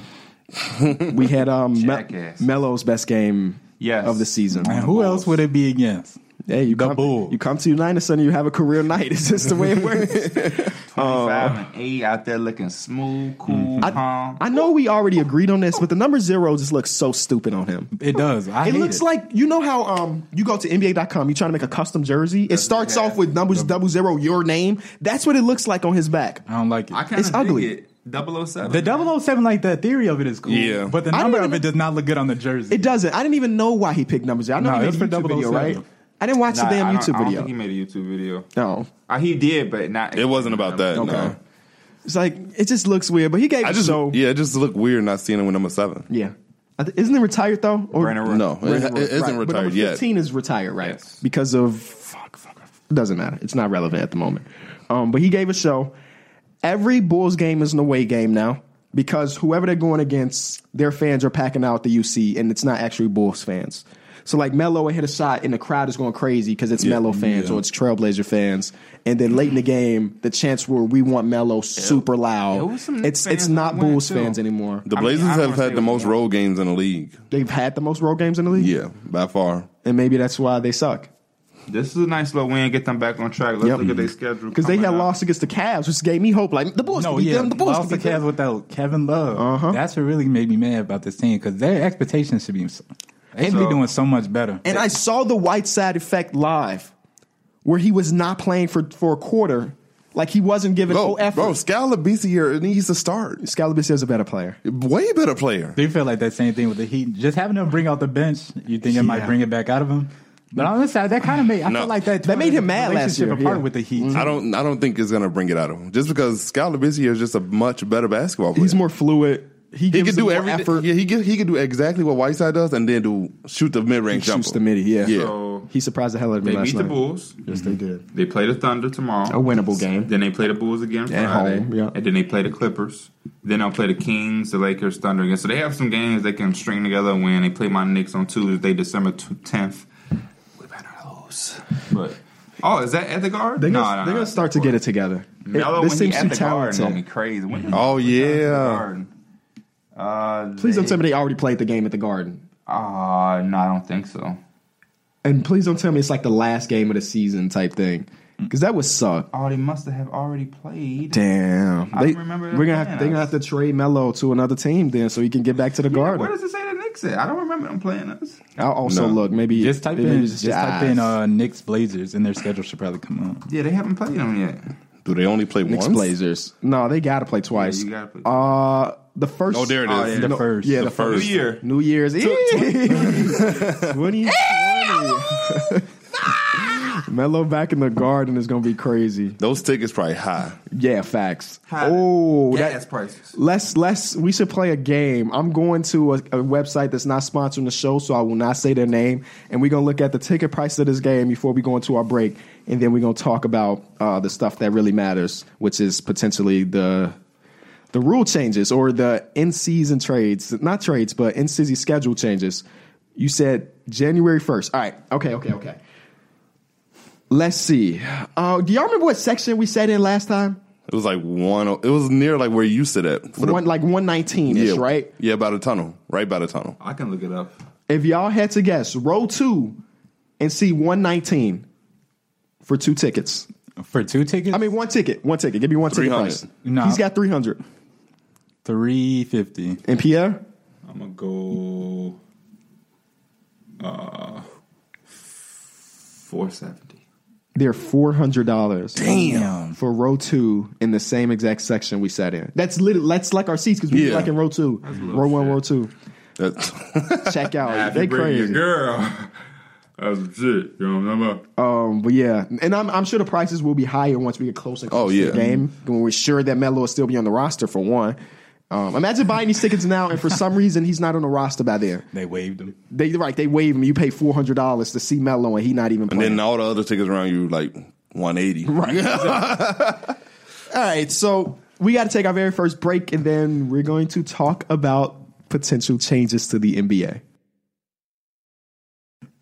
S1: we had um Me-
S4: Jackass.
S1: Melo's best game
S4: Yes.
S1: of the season.
S3: and who else would it be against?
S1: Hey, you
S3: The
S1: come,
S3: Bulls.
S1: you come to United Center, you have a career night. (laughs) It's just the way it works.
S4: Twenty five and eight out there looking smooth, cool, calm.
S1: Uh, mm-hmm. I know we already agreed on this, but the number zero just looks so stupid on him.
S3: It does. I
S1: It
S3: hate
S1: looks like you know how um you go to NBA.com, you try to make a custom jersey. It starts
S4: yeah.
S1: off with numbers double zero, your name. That's what it looks like on his back.
S3: I don't like it.
S4: I kind
S1: it's
S4: of
S1: ugly. oh
S4: Dig it. 007.
S3: the 007, like the theory of it is cool.
S5: Yeah.
S3: But the
S1: I
S3: number
S1: don't
S3: of
S1: even-
S3: it does not look good on the jersey.
S1: It doesn't. I didn't even know why he picked numbers. I know
S3: No,
S1: he
S3: it's
S1: made a
S3: for
S1: YouTube video,
S3: 007.
S1: right? I didn't watch
S4: Nah,
S1: the
S4: I
S1: damn
S4: don't-
S1: YouTube
S4: I don't
S1: video.
S4: think he made a YouTube video.
S1: no,
S4: Uh, he did, but not.
S5: It wasn't about that.
S1: Okay.
S5: No.
S1: it's like it just looks weird. But he gave
S5: I
S1: it
S5: just
S1: so yeah.
S5: yeah, it just looked weird not seeing him with number seven.
S1: I th- Isn't it retired though? Or
S4: Brandon Roy.
S5: No, it,
S1: Brandon Roy,
S5: it isn't
S1: right. but
S5: retired
S1: number
S5: yet.
S1: Fifteen is retired, right?
S4: Yes.
S1: Because of fuck, fuck, fuck. doesn't matter. It's not relevant at the moment. Um, but he gave a show. Every Bulls game is an away game now because whoever they're going against, their fans are packing out the UC, and it's not actually Bulls fans. So like Melo hit a shot, and the crowd is going crazy because it's Melo fans or it's Trailblazer fans. And then late in the game, the chants were "We want Melo" super
S4: It
S1: loud.
S4: was some
S1: It's
S4: fans
S1: it's
S4: that
S1: not
S4: went,
S1: Bulls
S4: too.
S1: fans anymore.
S5: The
S4: I mean, I
S5: Blazers
S4: don't
S5: have
S4: wanna
S5: had
S4: say
S5: the
S4: we
S5: most
S4: won.
S5: road games in the league.
S1: They've had the most road games in the league,
S5: Yeah, by far.
S1: and maybe that's why they suck.
S4: This is a nice little win. Get them back on track. Let's
S1: Yep.
S4: look at their schedule
S1: because they
S4: coming
S1: had
S4: up.
S1: lost against the Cavs, which gave me hope. Like the Bulls,
S3: No,
S1: could beat
S3: yeah,
S1: them, the Bulls,
S3: lost
S1: could
S3: the
S1: beat them.
S3: Cavs without Kevin Love. That's what really made me mad about this team because their expectations should be they should be
S4: So-
S3: doing so much better.
S1: And I saw the Whiteside effect live, where he was not playing for for a quarter, like he wasn't giving no
S5: Bro,
S1: effort.
S5: bro, Scalabisi here needs to start.
S1: Scalabus is a better player.
S5: Way better player.
S3: Do you feel like that same thing with the Heat? Just having them bring out the bench, you think it
S1: Yeah.
S3: might bring it back out of him? But on this side, that kind of made I
S5: No.
S3: feel like that
S1: That made him mad last
S3: relationship
S1: year,
S3: Apart
S1: yeah. Mm-hmm.
S3: with the Heat,
S5: I don't. I don't think it's gonna bring it out of him. Just because Scalabisi is just a much better basketball player.
S1: He's more fluid. He,
S5: He
S1: gives
S5: could
S1: them
S5: do
S1: more
S5: every.
S1: effort.
S5: Yeah, he could, he could do exactly what Whiteside does, and then do shoot the mid range
S1: He
S5: jumper.
S1: shoots the midi. Yeah,
S5: Yeah.
S4: So
S1: He surprised the hell out of me
S4: they
S1: last
S4: beat
S1: night.
S4: the Bulls.
S1: Yes, they did.
S4: They play the Thunder tomorrow.
S1: A winnable game.
S4: Then they play the Bulls again Friday.
S1: home, yeah.
S4: And then they play the Clippers. Then they'll play the Kings, the Lakers, Thunder again. So they have some games they can string together and win. They play my Knicks on Tuesday, December tenth. We better lose, but Oh, is that at the guard?
S1: They're gonna,
S4: no, no,
S1: they're
S4: no.
S1: gonna start to get it together.
S4: Melo
S1: It-
S4: when he at the garden gonna be crazy. When
S1: Mm-hmm.
S4: he
S5: Oh yeah.
S4: Garden. Uh,
S1: Please
S4: they-
S1: don't tell me they already played the game at the Garden.
S4: Uh, no, I don't think so.
S1: And please don't tell me it's like the last game of the season type thing. Because that would suck.
S4: Oh, they must have already played.
S1: Damn.
S4: I
S1: They,
S4: remember
S1: we're gonna
S4: that.
S1: have, they're gonna have to trade Melo to another team then so he can get back to the
S4: Where
S1: Garden.
S4: does it say the Knicks at? I don't remember them playing us.
S1: I'll also
S5: No.
S1: look. Maybe
S3: Just type
S1: maybe
S3: in,
S1: it's
S3: just type in
S1: ah,
S3: uh, Knicks Blazers, and their schedule should probably come up.
S4: Yeah, they haven't played them yet.
S5: Do they only play
S1: Knicks
S5: once?
S1: Blazers. No, they gotta play twice.
S4: you gotta play-
S1: Uh, the first.
S5: Oh, there it
S4: Oh,
S5: is.
S4: yeah.
S3: The
S1: No,
S3: first,
S1: yeah,
S3: the
S1: the
S4: New
S1: first.
S4: year.
S1: New Year's Eve. (laughs) 2020. (laughs) Melo back in the garden is gonna be crazy.
S5: Those tickets probably high.
S1: Yeah, facts.
S4: High
S1: Oh,
S4: gas
S1: that,
S4: prices.
S1: let's let's we should play a game. I'm going to a, a website that's not sponsoring the show, so I will not say their name. And we're gonna look at the ticket price of this game before we go into our break, and then we're gonna talk about uh, the stuff that really matters, which is potentially the the rule changes or the in season trades, not trades, but in season schedule changes. You said January first. All right. Okay. Okay. Okay. Let's see. Uh, do y'all remember what section we sat in last time?
S5: It was like one. It was near like where you sit at. For the-
S1: One, like 119 ish, right?
S5: Yeah, by the tunnel. Right by the tunnel.
S4: I can look it up.
S1: If y'all had to guess, row two and see 119 for two tickets.
S3: For two tickets,
S1: I mean, one ticket, one ticket. Give me one ticket
S5: 300.
S1: price.
S3: No.
S1: He's got 300.
S3: three fifty.
S1: And Pierre?
S4: I'm gonna go. Uh, four seventy.
S1: They're $400
S3: Damn.
S1: for row two in the same exact section we sat in. That's literally, that's like our seats because we were
S5: Yeah.
S1: like in row two. Row one, row two.
S5: That's,
S1: Check out.
S4: If
S1: they
S4: you bring
S1: crazy.
S4: Your girl. (laughs) That's legit. You know what I'm talking about?
S1: Um, but yeah, and I'm, I'm sure the prices will be higher once we get closer. and
S5: Oh,
S1: closer to
S5: yeah.
S1: the game when we're sure that Melo will still be on the roster for one. Um, imagine buying these tickets now, and for
S5: (laughs)
S1: some reason he's not on the roster by then.
S3: They waived them.
S1: They right, they waive him. You pay four hundred dollars to see Melo, and he not even
S5: (laughs) and
S1: playing.
S5: then all the other tickets around you like one eighty.
S1: All right, so we got to take our very first break, and then we're going to talk about potential changes to the NBA.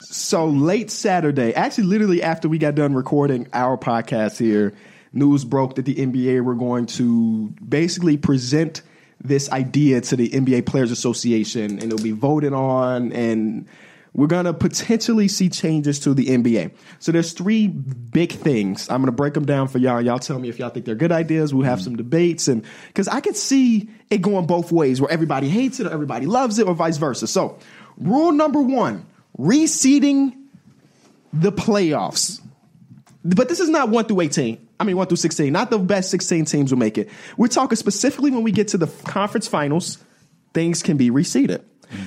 S1: So late Saturday, actually, literally after we got done recording our podcast here, news broke that the NBA were going to basically present this idea to the NBA Players Association, and it'll be voted on, and we're gonna potentially see changes to the NBA. So there's three big things. I'm gonna break them down for y'all. Y'all tell me if y'all think they're good ideas. We'll have some debates, and because I could see it going both ways, where everybody hates it or everybody loves it, or vice versa. So rule number one reseeding the playoffs. But this is not 1 through 18. I mean, 1 through 16. Not the best 16 teams will make it. We're talking specifically when we get to the conference finals, things can be reseeded.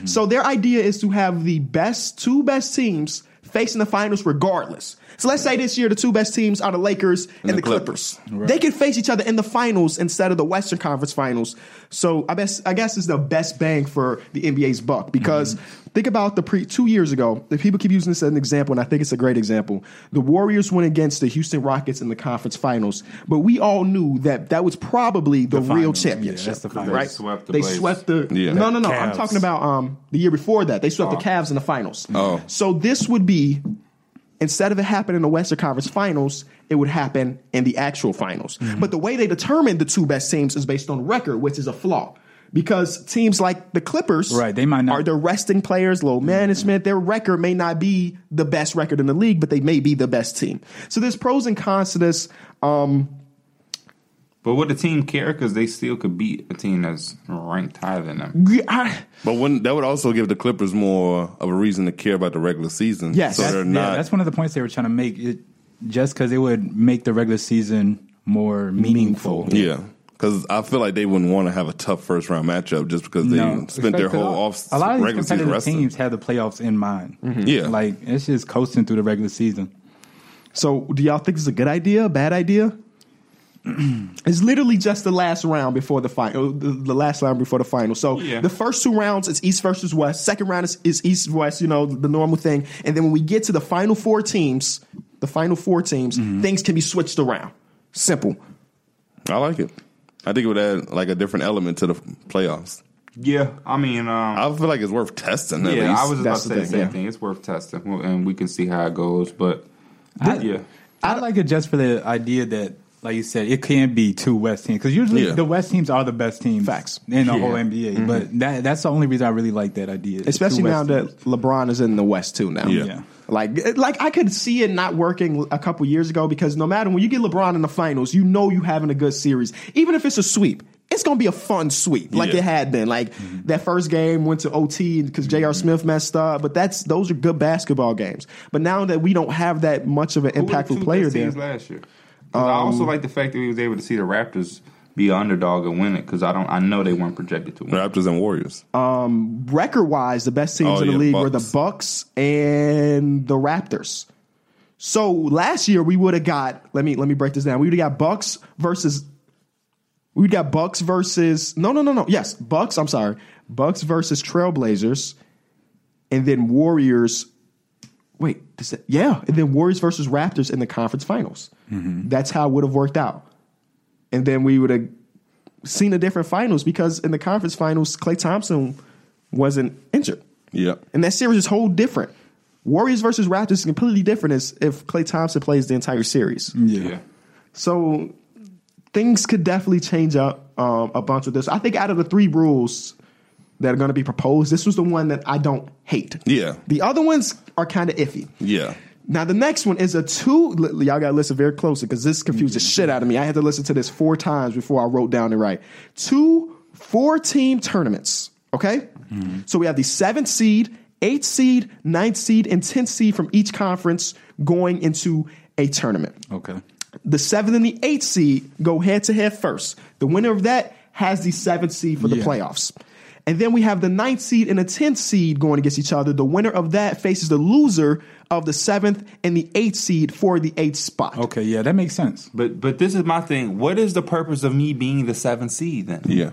S1: So their idea is to have the best two best teams facing the finals regardless. So let's say this year the two best teams are the Lakers and,
S5: the
S1: the Clippers.
S5: Clippers.
S1: They could face each other in the finals instead of the Western Conference Finals. So I guess I guess it's the best bang for the NBA's buck because
S3: Mm-hmm.
S1: think about the pre two years ago. The people keep using this as an example, and I think it's a great example. The Warriors went against the Houston Rockets in the conference finals, but we all knew that that was probably the, real
S3: finals. Yeah,
S1: championship.
S3: that's the finals.
S1: Right?
S4: They swept the
S1: They
S4: Blazers.
S1: swept the.
S5: Yeah.
S1: No, no, no. I'm
S3: Cavs.
S1: talking about um the year before that. They swept the Cavs in the finals.
S5: Oh.
S1: so this would be instead of it happening in the Western Conference Finals, it would happen in the actual finals.
S3: Mm-hmm.
S1: But the way they determine the two best teams is based on record, which is a flaw. Because teams like the Clippers,
S3: Right, they might not- Mm-hmm.
S1: are their resting players, low management. Their record may not be the best record in the league, but they may be the best team. So there's pros and cons to this.
S4: But would the team care? Because they still could beat a team that's ranked higher than them.
S1: I-
S5: But when that would also give the Clippers more of a reason to care about the regular season.
S1: Yes.
S5: so
S1: That's-
S5: they're
S3: Yeah,
S5: not.
S3: that's one of the points they were trying to make. It just because it would make the regular season more meaningful.
S5: yeah, because I feel like they wouldn't want to have a tough first round matchup just because they
S3: No.
S5: spent their
S3: Because
S5: whole
S3: a-
S5: off
S3: A lot of these
S5: regular season Mm-hmm.
S3: competitive
S5: resting.
S3: teams have the playoffs in mind.
S5: Yeah.
S3: like it's just coasting through the regular season.
S1: So, do y'all think it's a good idea, a bad idea? (clears throat) it's literally just the last round before the final, the, the last round before the final. So,
S4: Yeah.
S1: the first two rounds it's East versus West. Second round is, is East West, you know, the normal thing. And then when we get to the final four teams, the final four teams, things can be switched around. Simple.
S5: I like it. I think it would add like a different element to the playoffs.
S4: Yeah, I mean, um,
S5: I feel like it's worth testing. At
S4: yeah,
S5: least.
S4: I was just about
S1: That's
S4: to
S1: the
S4: say the
S1: thing,
S4: same
S1: yeah.
S4: thing. It's worth testing, Well, and we can see how it goes. But I- yeah,
S3: I like it just for the idea that, like you said, it can be two West teams because usually
S5: Yeah.
S3: the West teams are the best teams
S1: Facts.
S3: in the whole NBA. But that that's the only reason I really like that idea,
S1: especially
S3: Two West
S1: now that
S3: teams.
S1: LeBron is in the West too. Now,
S5: Yeah.
S3: Yeah.
S1: Like, like I could see it not working a couple years ago because no matter when you get LeBron in the finals, you know you having a good series, even if it's a sweep. It's gonna be a fun sweep, like
S5: Yeah. Mm-hmm.
S1: it had been. Like that first game went to OT because J.R. Smith messed up, but that's those are good basketball games. But now that we don't have that much of an
S4: Who were the
S1: impactful
S4: two
S1: player
S4: best
S1: there,
S4: teams last year. 'Cause I
S3: Um,
S4: also like the fact that we was able to see the Raptors be an underdog and win it because I don't. I know they weren't projected to win.
S5: Raptors and Warriors.
S3: Um,
S1: record wise, the best teams
S5: Oh,
S1: in the
S5: yeah,
S1: league were
S5: Bucks.
S1: the Bucks and the Raptors. So last year we would have got let me let me break this down. We would have got Bucks versus we would got Bucks versus no no no no yes Bucks I'm sorry Bucks versus Trailblazers and then Warriors. Wait, does that, yeah, and then Warriors versus Raptors in the conference finals.
S5: Mm-hmm.
S1: That's how it would have worked out, and then we would have seen a different finals because in the conference finals, Clay Thompson wasn't injured.
S5: Yep.
S1: And that series is whole different. Warriors versus Raptors is completely different as if Clay Thompson plays the entire series.
S4: Yeah.
S1: So things could definitely change up um, a bunch with this. I think out of the three rules that are going to be proposed, this was the one that I don't hate.
S5: Yeah.
S1: The other ones are kind of iffy.
S5: Yeah.
S1: Now the next one is a two. li- Y'all gotta listen very closely because this confused the shit out of me. I had to listen to this four times before I wrote down it right. Two four team tournaments. Okay, so we have the seventh seed, eighth seed, ninth seed, and tenth seed from each conference going into a tournament.
S3: okay,
S1: The seventh and the eighth seed go head to head first. The winner of that has the seventh seed for the
S3: Yeah.
S1: playoffs. And then we have the ninth seed and the tenth seed going against each other. The winner of that faces the loser of the seventh and the eighth seed for the eighth spot.
S3: okay, yeah, that makes sense.
S4: But but this is my thing. What is the purpose of me being the seventh seed then?
S5: Yeah.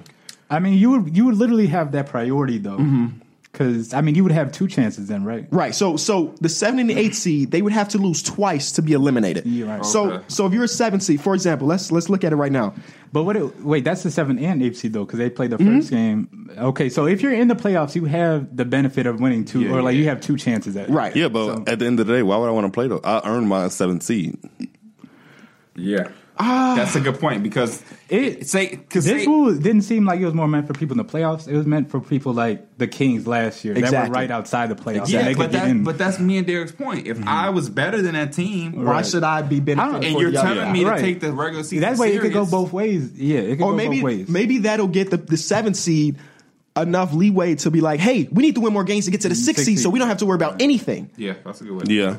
S3: I mean, you would you would literally have that priority though,
S4: Mm-hmm.
S3: because I mean, you would have two chances then, right?
S1: Right. So so the seven and the eight seed, they would have to lose twice to be eliminated.
S3: Yeah, right.
S1: So
S4: Okay.
S1: so if you're a seven seed, for example, let's let's look at it right now.
S3: But what? It, wait, that's the seven and eight seed though, because they played the 1st
S4: Mm-hmm.
S3: game. Okay, so if you're in the playoffs, you have the benefit of winning two, or like you have two chances at it.
S1: Right.
S5: Yeah, but at the end of the day, why would I want to play though? I earned my seventh seed.
S4: Yeah. Ah. That's a good point because
S3: It-
S4: say because
S3: This rule didn't seem like it was more meant for people in the playoffs. It was meant for people like the Kings last year that
S1: Exactly.
S3: were right outside the Mm-hmm. playoffs.
S4: yeah,
S3: and they
S4: but
S3: could get
S4: that,
S3: in.
S4: but that's me and Derek's point. If I was better than that team,
S1: Why should I be
S3: I don't-
S1: benefiting?
S4: and
S1: for
S4: you're
S1: the other
S4: telling
S1: guy?
S4: me
S3: Right.
S4: to take the regular season
S3: that way it could go
S4: serious,
S3: both ways. Yeah, it could
S1: or
S3: go
S1: maybe
S3: both ways.
S1: maybe that'll get the, the seventh seed enough leeway to be like, hey, we need to win more games to get to the sixth
S3: Six
S1: seed, so
S3: Mm, seed.
S1: we don't have to worry about anything.
S4: Yeah, that's a good way.
S5: Yeah.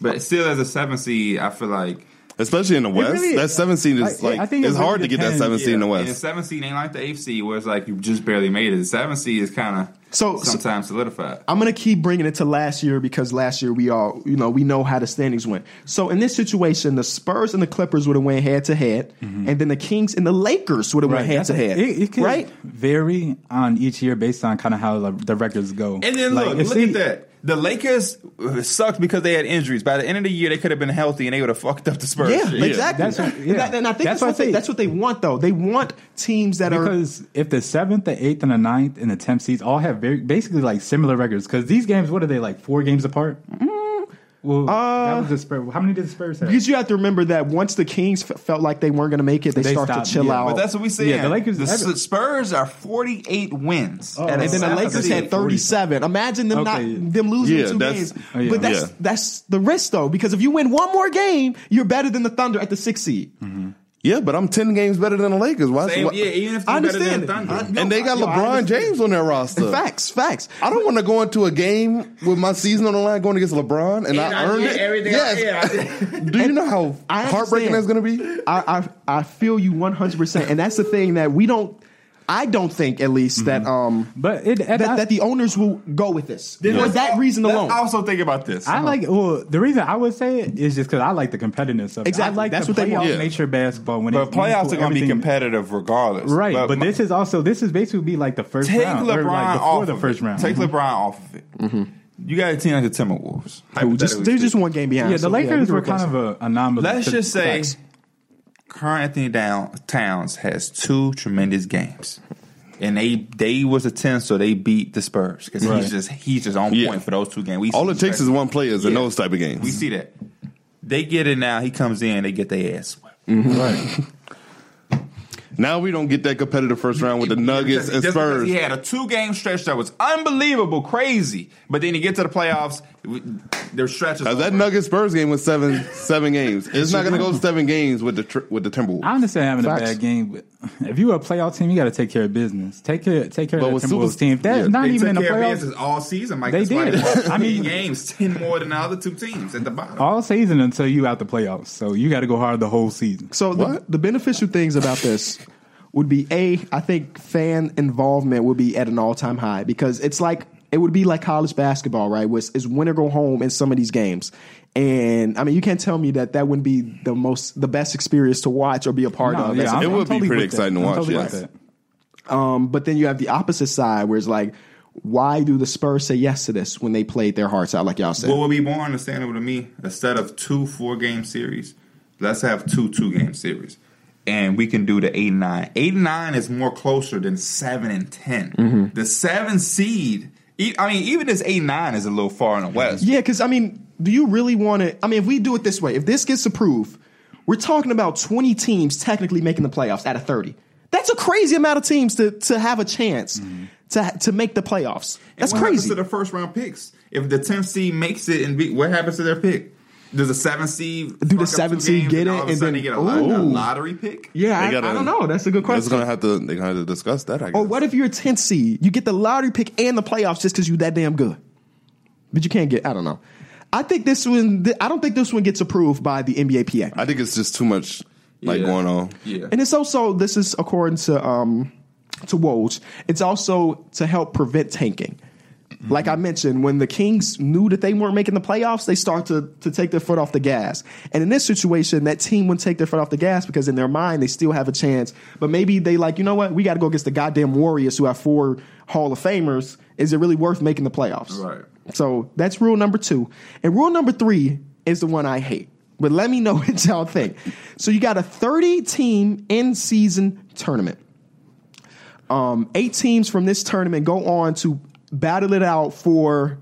S4: But still, as a seven seed, I feel like
S5: Especially in the West,
S3: really-
S5: that seventh seed is
S3: I- I
S5: like
S3: think it
S5: it's
S3: really
S5: hard to get that
S3: depends.
S5: seventh seed in the
S4: And the
S5: West.
S4: seven seed ain't like the eighth seed where it's like you just barely made it. The seven seed is kind of
S1: So-
S4: sometimes solidified.
S1: I'm gonna keep bringing it to last year because last year we all, you know, we know how the standings went. So in this situation, the Spurs and the Clippers would have went head to head, and then the Kings and the Lakers would have
S3: Mm-hmm. Right,
S1: went head
S3: that's
S1: to
S3: a- It, it
S1: head,
S3: could
S1: right?
S3: vary on each year based on kind of how the, the records go.
S4: And then
S3: Like,
S4: look,
S3: if
S4: look
S3: they-
S4: at that. The Lakers uh, sucked because they had injuries. By the end of the year, they could have been healthy and they would have fucked up the Spurs.
S1: Yeah,
S4: shit.
S1: exactly.
S3: that's what- yeah.
S1: and, that- and I think that's,
S3: That's what I
S1: what they,
S3: think.
S1: that's what they want, though. They want teams that are
S3: Because if the seventh, the eighth, and the ninth, and the tenth seeds all have very, basically like similar records, because these games, what are they like? Four games apart.
S4: Mm-hmm.
S3: Well,
S4: Uh,
S3: that was the Spurs. How many did the Spurs have?
S1: because you have to remember that once the Kings f- felt like they weren't going to make it, they,
S3: They
S1: start
S3: stopped,
S1: to chill
S3: yeah.
S1: out.
S4: But that's what we saying.
S3: Yeah, the Lakers-
S4: The S- Spurs are forty-eight wins,
S1: and then the
S4: seven
S1: Lakers
S4: seed.
S1: had 37. Imagine them
S3: Okay.
S1: not them losing
S5: Yeah,
S1: two
S5: that's-
S1: games.
S3: oh, yeah.
S1: But that's
S5: Yeah.
S1: that's the risk though, because if you win one more game, you're better than the Thunder at the sixth seed.
S5: Yeah, but I'm ten games better than the Lakers. Why?
S4: Same-
S5: why-
S4: yeah, even if
S1: I
S4: they're better than
S1: understand.
S4: Thunder.
S1: I-
S5: and they got
S1: Yo, I
S5: LeBron
S1: understand.
S5: James on their roster.
S1: Facts, facts.
S5: I don't want to go into a game with my season on the line going against LeBron and, I, earned
S4: did
S5: it.
S4: everything I-
S5: yes. (laughs) Do you know how
S1: I
S5: heartbreaking that's
S1: understand.
S5: going to be?
S1: I, I I feel you 100, percent and that's the thing that we don't. I don't think, at least, that um
S3: But it, and I-
S1: that, that the owners will go with this for
S4: Let's
S1: that
S4: al-
S1: reason
S4: let's
S1: alone.
S4: also think about this.
S3: I like well the reason I would say it is just because I like the competitiveness of it. I
S1: Exactly.
S3: like
S1: That's
S3: the
S1: what they
S3: playoff
S1: want.
S5: Yeah.
S3: nature of basketball. When
S4: but
S3: it's meaningful,
S4: playoffs are going to be
S3: everything-
S4: competitive regardless,
S3: right? But,
S4: my-
S3: this is also this is basically be like the first
S4: take
S3: round,
S4: LeBron
S3: or like before
S4: off
S3: the
S4: of
S3: first
S4: it.
S3: round.
S4: Take LeBron off of it. You got a team like the Timberwolves.
S1: Who just, they're just one game behind.
S3: yeah, the
S1: so,
S3: Lakers
S1: we can
S3: were
S1: replace
S3: kind
S1: them.
S3: of an anomaly.
S4: Let's just say,
S1: Facts.
S4: current Anthony Down, Towns has two tremendous games, and they they was a ten, so they beat the Spurs because
S3: Right.
S4: he's just he's just on
S5: Yeah.
S4: point for those two games. We
S5: All
S4: see
S5: it takes
S4: that.
S5: is one player in
S4: Yeah.
S5: those type of
S4: we
S5: games.
S4: see that. They get it now. He comes in. They get their ass. swept.
S3: Right.
S5: Now we don't get that competitive first round with the Nuggets
S4: Just-
S5: and
S4: just because
S5: Spurs.
S4: He had a two game stretch that was unbelievable, crazy. But then you get to the playoffs, we- their stretches.
S5: Now, that
S4: over.
S5: Nuggets Spurs game was seven seven games. It's not going to go seven games with the tr- with the Timberwolves.
S3: I understand having
S1: Facts.
S3: a bad game, but if you were a playoff team, you got to take care of business. Take care, take care
S5: But
S3: of the
S5: with
S3: Timberwolves
S5: super-
S3: team. If that's
S5: yeah,
S3: not
S4: They
S3: even in
S4: took
S3: the
S4: care of
S3: playoffs
S4: business all season, Mike.
S3: They
S4: That's why
S3: did.
S1: (laughs)
S4: won
S3: I mean-
S4: 15 games (laughs) ten more than the other two teams at the bottom.
S3: all season until you out the playoffs, so you got to go hard the whole season.
S1: So the, the beneficial things about this would be a I think fan involvement would be at an all time high because it's like it would be like college basketball, right? Where it's, it's win or go home in some of these games. And I mean, you can't tell me that that wouldn't be the most the best experience to watch or be a part
S3: No,
S1: of.
S3: yeah,
S1: That's-
S3: I'm-
S5: It
S3: I'm
S5: would be
S3: totally
S5: pretty
S3: with that.
S5: exciting to
S3: I'm
S5: watch,
S3: totally
S5: yes.
S3: with that.
S1: Um, but then you have the opposite side where it's like, why do the Spurs say yes to this when they played their hearts out, like y'all said?
S4: What would be more understandable to me instead of two four game series, let's have two two game series. And we can do the eight and nine. Eight and nine is more closer than seven and 10
S1: Mm-hmm.
S4: The seven seed, e- I mean, even this eight and nine is a little far in the west.
S1: Yeah, because I mean, do you really want to? I mean, if we do it this way, if this gets approved, we're talking about 20 teams technically making the playoffs out of 30. That's a crazy amount of teams to to have a chance to to make the playoffs. That's
S4: what happens
S1: crazy.
S4: to the first round picks? If the 10th seed makes it, and be, what happens to their pick? Does the seven seed
S1: the
S4: fuck up two
S1: seventh seed
S4: games
S1: get it
S4: all of a
S1: and
S4: sudden
S1: then-
S4: they get a, lot- a
S1: Ooh.
S4: lottery pick?
S1: yeah, I,
S5: They gotta-
S1: I don't know. That's a good
S5: They're
S1: question.
S5: going to have to they're going to have to discuss that. I guess.
S1: or what if you're a 10th seed? You get the lottery pick and the playoffs just because you that damn good, but you can't get. I don't know. I think this one. I don't think this one gets approved by the NBAPA.
S5: I think it's just too much like
S4: Yeah.
S5: going on.
S4: Yeah.
S1: And it's also this is according to um to Woj. It's also to help prevent tanking. Mm-hmm. Like I mentioned, when the Kings knew that they weren't making the playoffs, they start to to take their foot off the gas. And in this situation, that team wouldn't take their foot off the gas because in their mind they still have a chance. But maybe they like, you know what, we got to go against the goddamn Warriors who have four Hall of Famers. Is it really worth making the playoffs?
S4: Right.
S1: So that's rule number two. And rule number three is the one I hate. But let me know (laughs) what y'all think. So you got a 30 team in season tournament. Um, eight teams from this tournament go on to battle it out for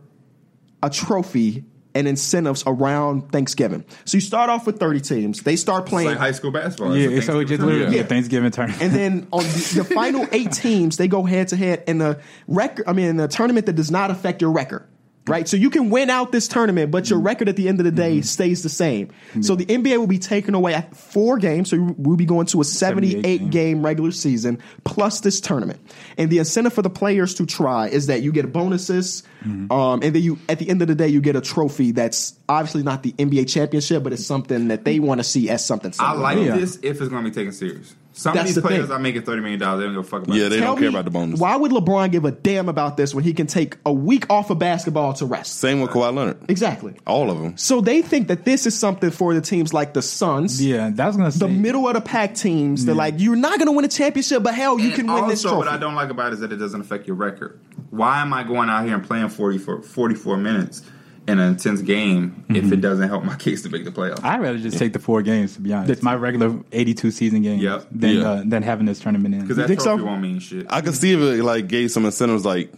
S1: a trophy and incentives around Thanksgiving. So you start off with 30 teams. They start
S4: It's
S1: playing
S4: like high school basketball.
S3: Yeah,
S4: It's a
S3: it's so it just
S4: Thanksgiving
S3: literally
S4: tournament.
S3: a Thanksgiving tournament.
S1: and then on the, the final eight teams, they go head to head in the record. I mean, in a tournament that does not affect your record, right? So you can win out this tournament, but your record at the end of the day stays the same. So the NBA will be taking away at four games, so we'll be going to a 78,
S3: 78
S1: game. regular season plus this tournament. And the incentive for the players to try is that you get bonuses, um, and then you at the end of the day you get a trophy that's obviously not the NBA championship, but it's something that they want to see as something.
S4: I
S1: Similar.
S4: like
S3: Yeah.
S4: this if it's going to be taken serious. Some
S1: That's
S4: of
S1: the
S4: these players
S1: thing.
S4: are making $30 million. They don't give a fuck about
S5: Yeah,
S4: it.
S5: they
S1: Tell
S5: don't care
S1: me,
S5: about the bonus.
S1: Why would LeBron give a damn about this when he can take a week off of basketball to rest?
S5: Same with Kawhi Leonard.
S1: Exactly.
S5: All of them.
S1: So they think that this is something for the teams like the Suns,
S3: (laughs) yeah, that's gonna say,
S1: the middle of the pack teams. They're like, you're not going to win a championship, but hell, you
S4: And
S1: can win this
S4: also,
S1: trophy.
S4: What I don't like about it is that it doesn't affect your record. Why am I going out here and playing 40 for 44 minutes in an intense game if
S1: Mm-hmm.
S4: it doesn't help my (laughs) case to make the playoffs?
S3: I'd rather just take the four games to be honest. It's my regular eighty-two season games
S4: Yep.
S3: than
S5: Yeah.
S3: uh, than having this tournament in.
S4: Because that
S1: think so?
S4: trophy won't mean shit.
S5: I could see if it like gave some incentives like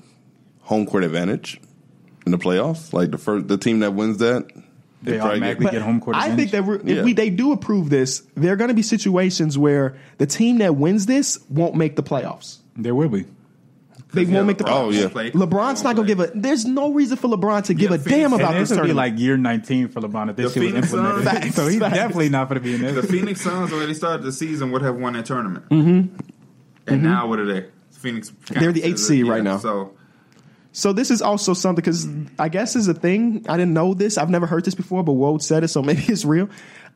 S5: home court advantage in the playoffs. Like the first the team that wins that
S3: They
S5: probably
S3: automatically
S5: get-
S3: get home court.
S1: I think
S3: advantage.
S1: that we're, if
S5: Yeah.
S1: we they do approve this, there are going to be situations where the team that wins this won't make the playoffs.
S3: there will be.
S1: They won't make the playoffs.
S5: Oh, yeah.
S1: LeBron's not going to give a. There's no reason for LeBron to give a
S4: Phoenix-
S1: damn
S4: and
S1: about
S3: And
S1: this
S3: this would be
S1: tournament.
S3: like year nineteen for LeBron if this
S4: The
S3: shit was
S4: Phoenix
S3: implemented.
S4: Suns-
S1: Facts,
S3: (laughs) so he's
S1: facts.
S3: definitely not going to be in
S4: The
S3: this.
S4: Phoenix Suns already started the season would have won that tournament. And now what are they? Phoenix.
S1: Mm-hmm. They're the eighth seed right now.
S4: So
S1: So this is also something because I guess is a thing. I didn't know this. I've never heard this before, but Wode said it, so (laughs) maybe it's real.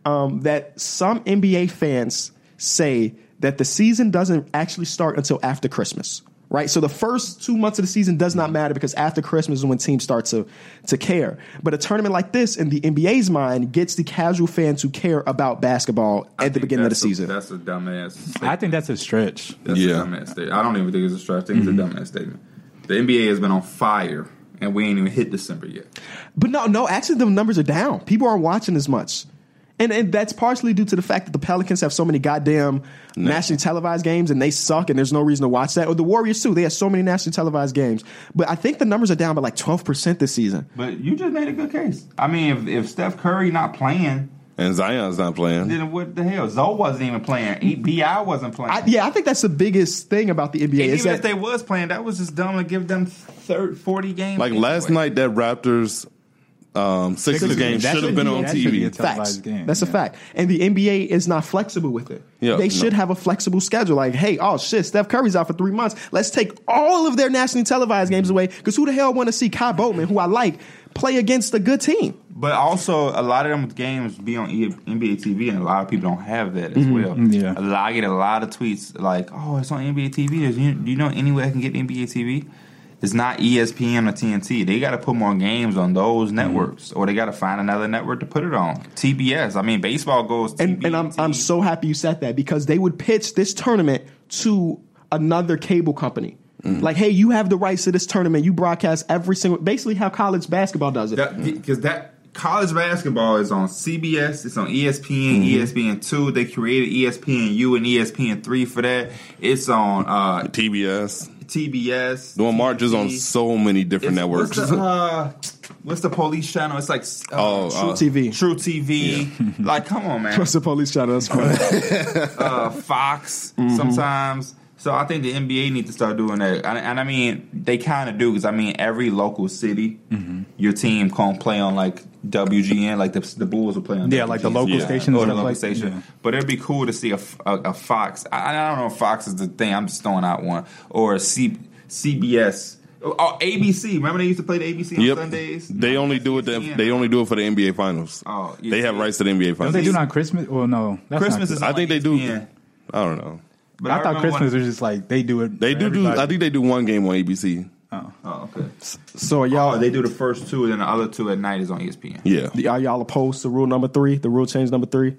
S1: Um, that some NBA fans say that the season doesn't actually start until after Christmas, right? So the first two months of the season does not matter because after Christmas is when teams start to to care. But a tournament like this, in the NBA's mind, gets the casual fan to care about basketball
S4: I
S1: at the
S4: think
S1: beginning of the
S4: that's a-
S1: season.
S4: That's a dumbass. statement.
S3: I think that's a stretch.
S4: That's
S5: Yeah. Mm-hmm.
S4: a dumbass statement. I don't even think it's a stretch. I think it's a dumbass statement. The NBA has been on fire, and we ain't even hit December yet.
S1: But no, no, actually the numbers are down. People aren't watching as much. And, and that's partially due to the fact that the Pelicans have so many goddamn nationally televised games and they suck and there's no reason to watch that. Or the Warriors too. They have so many nationally televised games. But I think the numbers are down by like 12% this season.
S4: But you just made a good case. I mean, if, if Steph Curry not playing
S5: And Zion's not playing.
S4: Then what the hell? Zoe wasn't even playing. E- Bi wasn't playing.
S1: I, yeah, I think that's the biggest thing about the NBA.
S4: and
S1: is
S4: even
S1: that
S4: if they was playing, that was just dumb to give them thir 40 games.
S5: Like last night, that Raptors um, Sixers game
S3: That
S5: should have been
S3: be-
S5: on
S3: that should be a
S1: facts.
S5: TV.
S3: televised game.
S1: That's a
S3: yeah.
S1: fact. And the NBA is not flexible with it.
S5: Yeah,
S1: they
S5: no.
S1: should have a flexible schedule. Like, hey, oh shit, Steph Curry's out for three months. Let's take all of their nationally televised games away because who the hell want to see Kai Boatman, who I like, play against a good team?
S4: But also, a lot of them games be on E- NBA TV, and a lot of people don't have that
S1: Mm-hmm.
S4: as well.
S3: Yeah.
S4: A lot- I get a lot of tweets like, "Oh, it's on NBA TV. Is you, do you know any way I can get NBA TV?" It's not E ESPN or TNT. They got to put more games on those
S1: Mm-hmm.
S4: networks, or they got to find another network to put it on. TBS. I mean, baseball goes.
S1: And,
S4: TBS,
S1: and I'm I'm so happy you said that because they would pitch this tournament to another cable company. Like, hey, you have the rights to this tournament. You broadcast every single, basically how college basketball does (laughs) it.
S4: because that college basketball is on CBS, it's on E ESPN,
S1: Mm-hmm.
S4: ESPN two. They created E ESPN U and ESPN three for that. It's on uh,
S5: TBS
S4: TBS.
S5: doing marches on
S4: TNT.
S5: so many different
S4: It's-
S5: networks.
S4: What's the, uh, what's the police channel? It's like uh,
S5: Oh,
S4: True
S5: uh,
S1: TV.
S4: True TV. like, come on, man.
S1: Trust the police shot us. funny.
S4: Uh, Fox
S3: Mm-hmm.
S4: sometimes. So I think the NBA need to start doing that, and, and I mean they kind of do because I mean every local city,
S3: Mm-hmm.
S4: your team can't play on like WGN, like the, the Bulls will play on.
S3: Yeah, like the
S4: WGN.
S3: local
S5: Yeah.
S3: stations.
S4: Or
S3: and
S4: the
S3: stuff
S4: local
S3: like-
S4: station.
S3: yeah.
S4: But it'd be cool to see a, f- a- a Fox. I, I don't know if Fox is the thing. I'm just throwing out one. Or a C, CBS. Oh, oh, ABC. Remember they used to play the ABC on
S5: (laughs) Yep.
S4: Sundays?
S5: They only do
S3: E
S5: it. To,
S4: Yeah.
S5: they only do it for the NBA Finals.
S4: Oh, yeah.
S5: they have rights to the NBA
S3: Don't they do
S5: Finals.
S3: E it on Christmas? Well, no. That's
S4: Christmas
S3: not,
S4: is
S5: I
S4: on E
S5: think they do.
S4: ESPN.
S5: I don't know.
S4: But
S3: I thought
S4: remember
S3: Christmas
S4: When,
S3: was just like they do it.
S5: They
S3: for
S5: do do.
S3: everybody.
S5: I think they do one game on ABC.
S4: oh, okay.
S1: so y'all,
S4: Oh, they do the first two, and then the other two at night is on E ESPN.
S5: Yeah,
S1: The- Are y'all opposed to rule number three, the rule change number three?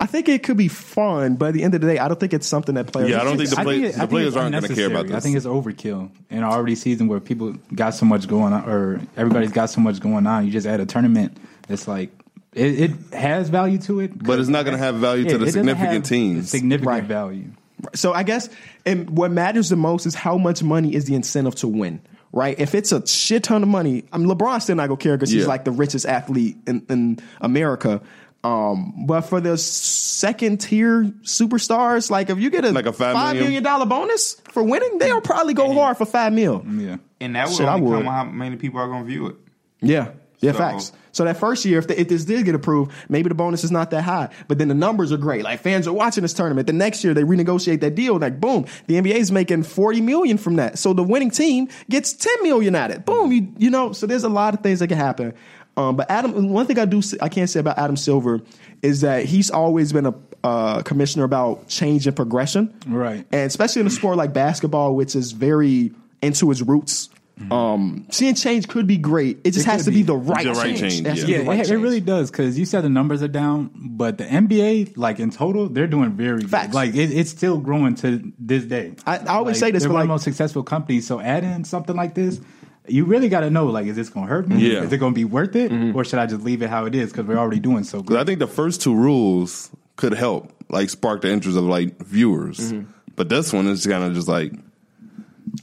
S1: I think it could be fun, but at the end of the day, I don't think it's something that players.
S5: Yeah, I don't think the
S3: I
S5: play-
S3: it-
S5: the
S3: I it's
S5: players aren't gonna care about
S3: unnecessary.
S5: this.
S3: I think it's overkill in an already season where people got so much going on, or everybody's got so much going on. You just add a tournament. It's like it, it has value to it,
S5: but it's not going to have value
S3: Yeah,
S5: to
S3: it
S5: the
S3: doesn't
S5: significant
S3: have
S5: teams.
S3: Significant
S1: Right.
S3: value.
S1: So I guess and what matters the most is how much money is the incentive to win, right? If it's a shit ton of money, I'm LeBron still not gonna care because he's
S5: Yeah.
S1: like the richest athlete in, in America. Um, but for the second tier superstars, like if you get a
S5: Like a five
S1: five
S5: million?
S1: million dollar bonus for winning, they'll probably go hard for five mil.
S3: Yeah.
S4: And that would
S1: Shit, I
S4: only
S1: would.
S4: come on how many people are going to view it.
S1: Yeah. Yeah,
S4: So-
S1: facts. So that first year, if, the, if this did get approved, maybe the bonus is not that high, but then the numbers are great. Like fans are watching this tournament. The next year, they renegotiate that deal. Like boom, the NBA is making forty million from that. So the winning team gets ten million at it. Boom, you you know. So there's a lot of things that can happen. Um, but Adam, one thing I do I can't say about Adam Silver is that he's always been a uh, commissioner about change and progression,
S3: Right.
S1: and especially in a sport like basketball, which is very into its roots. Um, seeing change could be great. It just
S3: It
S1: has
S3: could
S1: to be,
S3: be.
S1: the right
S5: The right
S1: change.
S5: change,
S1: It has to
S5: yeah.
S1: be
S3: Yeah,
S1: the right
S3: it, it
S1: change.
S3: really does because you said the numbers are down, but the NBA, like in total, they're doing very good.
S1: Facts.
S3: Like it, it's still growing to this day.
S1: I- I always say
S3: Like,
S1: this,
S3: they're
S1: but,
S3: one of
S1: like-
S3: the most successful companies. So add in something like this, you really got to know like, is this going to hurt me?
S5: Yeah. Mm-hmm.
S3: Is it going to be worth it, or should I just leave it how it is because we're already doing so
S5: But I
S3: good?
S5: think the first two rules could help, like spark the interest of like viewers.
S4: Mm-hmm.
S5: But this one is kind of just like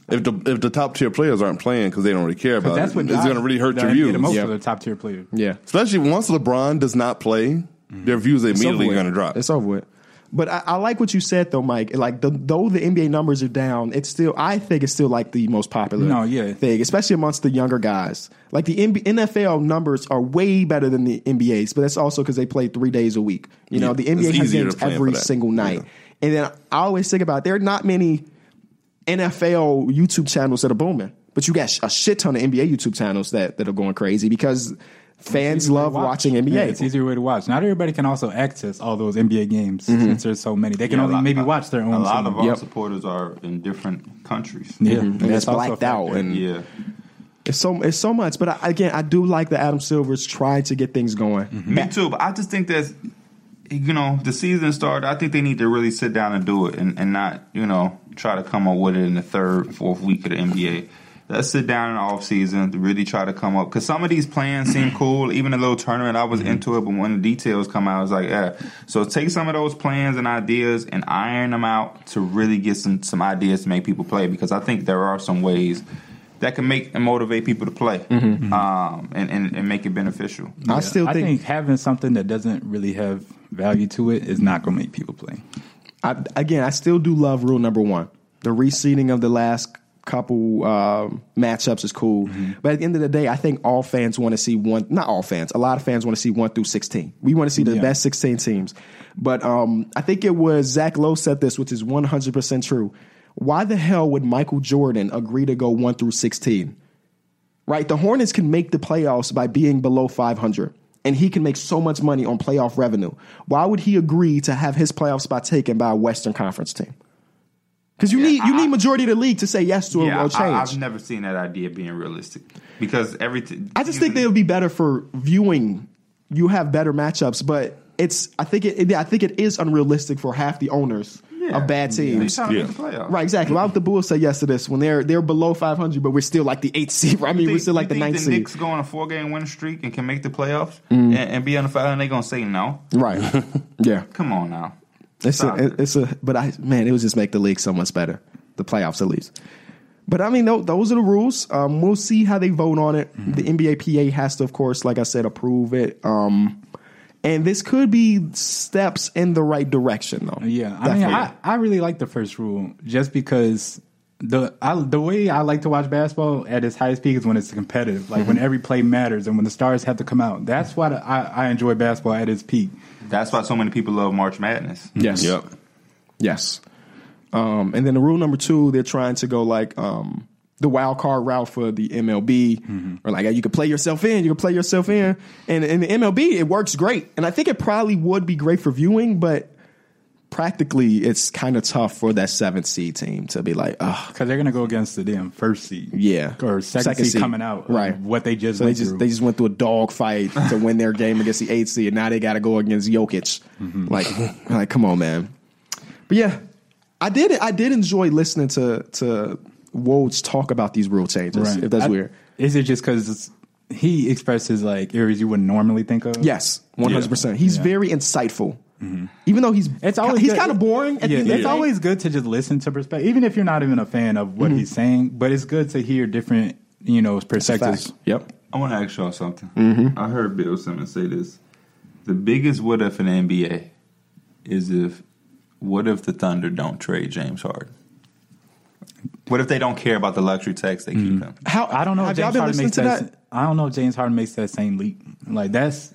S5: if the if the top tier players aren't playing because they don't really care about
S3: That's
S5: it,
S3: what
S5: it's going to really hurt your views.
S3: The most
S1: Yeah.
S3: of the top tier players.
S1: Yeah,
S5: Especially once LeBron does not play, their views are
S1: Mm-hmm. It's
S5: immediately
S1: over with.
S5: going to drop.
S1: It's over with. But I, I like what you said though, Mike. Like the, though the NBA numbers are down, it's still I think it's still like the most popular
S3: No, yeah.
S1: thing, especially amongst the younger guys. Like the NBA, NFL numbers are way better than the NBA's, but that's also because they play three days a week. You know,
S5: Yeah,
S1: the NBA has
S5: it's easier to
S1: games
S5: plan for
S1: every
S5: that.
S1: single night.
S5: Yeah.
S1: And then I always think about there are not many NFL YouTube channels that are booming, but you got sh- a shit ton of NBA YouTube channels that that are going crazy because fans love watching NBA.
S3: Yeah, it's easier way to watch. Not everybody can also access all those NBA games
S5: Mm-hmm.
S3: since there's so many. They can
S4: Yeah, a
S3: only
S4: lot-
S3: maybe watch their own.
S4: A lot of
S3: team.
S4: our
S1: Yep.
S4: supporters are in different countries.
S3: yeah,
S1: and it's
S3: that's also a
S1: blacked out
S3: factor.
S1: and
S4: Yeah.
S1: It's so it's so much, but I, again, I do like that Adam Silver's trying to get things going.
S3: Mm-hmm.
S4: Mm-hmm. Me too, but I just think that you know the season started. I think they need to really sit down and do it, and, and not you know try to come up with it in the third, fourth week of the NBA. Let's sit down in the off season to really try to come up because some of these plans seem cool. Even the little tournament, I was into it, but when the details come out, I was like, yeah. So take some of those plans and ideas and iron them out to really get some some ideas to make people play because I think there are some ways that can make and motivate people to play um, and, and, and make it beneficial.
S1: I still
S3: I
S1: think,
S3: think having something that doesn't really have value to it is not going to make people play.
S1: I, again, I still do love rule number one. The reseeding of the last couple um, matchups is cool,
S3: Mm-hmm.
S1: but at the end of the day, I think all fans want to see one. Not all fans. A lot of fans want to see one through sixteen. We want to see the
S3: Yeah.
S1: best sixteen teams. But um, I think it was Zach Lowe said this, which is one hundred percent true. Why the hell would Michael Jordan agree to go one through sixteen? right? The Hornets can make the playoffs by being below 500, and he can make so much money on playoff revenue. Why would he agree to have his playoff spot taken by a Western Conference team? Because you need you need majority of the league to say yes to a- a,
S4: Yeah, I, I,
S1: change.
S4: I've
S1: I,
S4: never seen that idea being realistic because everything.
S1: just think that it would be better for viewing. You have better matchups, but it's I think it, it- I think it is unrealistic for half the owners of bad teams.
S4: trying to
S5: Yeah.
S4: make the playoffs.
S1: Right, exactly. Why would the Bulls say yes to this when they're they're below 500, but we're still like the eighth seed? (laughs) I mean,
S4: You
S1: we're
S4: think-
S1: still like
S4: you
S1: the
S4: think
S1: ninth
S4: the
S1: seed. Mm.
S4: Knicks go on a four game win streak and can make the playoffs and, and be on the five, and they're gonna say no.
S1: Right. (laughs) yeah.
S4: Come on now.
S1: It's
S4: Stop
S1: a,
S4: it.
S1: it's a, but I, man, it would just make the league so much better, the playoffs at least. But I mean, tho- those are the rules. Um, we'll see how they vote on it.
S3: Mm-hmm.
S1: The NBA PA has to, of course, like I said, approve it. Um, and this could be steps in the right direction, though.
S3: Yeah, I mean, I, I really like the first rule just because the I, the way I like to watch basketball at its highest peak is when it's competitive, like when every play matters and when the stars have to come out. That's why the, I, I enjoy basketball at its peak.
S4: That's why so many people love March Madness.
S1: yes,
S5: Yep.
S1: yes. Um, and then the rule number two, they're trying to go like um, the wild card route for the MLB, or like you could play yourself in, you can play yourself in, and in the MLB it works great, and I think it probably would be great for viewing, but practically it's kind of tough for that seventh seed team to be like, oh,
S3: Because they're gonna go against the damn first seed,
S1: Yeah.
S3: or second,
S1: Second
S3: seed,
S1: seed.
S3: coming out, of
S1: Right.
S3: What they just
S1: so they
S3: went
S1: just
S3: through.
S1: they just went through a dog fight to win their game against the eighth seed, and now they got to go against Jokic. Like, (laughs) like, come on, man. But yeah, I did. I did enjoy listening to to Woj talk about these rule changes. If that's
S3: I-
S1: weird,
S3: Is it just because he expresses like areas you wouldn't normally think of?
S1: yes, one hundred percent. He's
S3: Yeah.
S1: very insightful, even though he's
S3: It's always
S1: he's
S3: good-
S1: kind of boring. At the
S3: Yeah,
S1: end of the
S3: it's
S1: day.
S3: always good to just listen to perspective, even if you're not even a fan of
S1: Mm-hmm.
S3: what he's saying. But it's good to hear different, you know, perspectives.
S1: Facts. Yep.
S4: I want to ask y'all something.
S1: Mm-hmm.
S4: I heard Bill Simmons say this: the biggest what if in the NBA is if what if the Thunder don't trade James Harden? What if they don't care about the luxury tax they keep him?
S1: How
S3: I don't know.
S1: Have
S3: If
S1: y'all
S3: James
S1: been
S3: Harden
S1: listening
S3: makes
S1: to
S3: that.
S1: that?
S3: I don't know if James Harden makes that same leap. Like that's,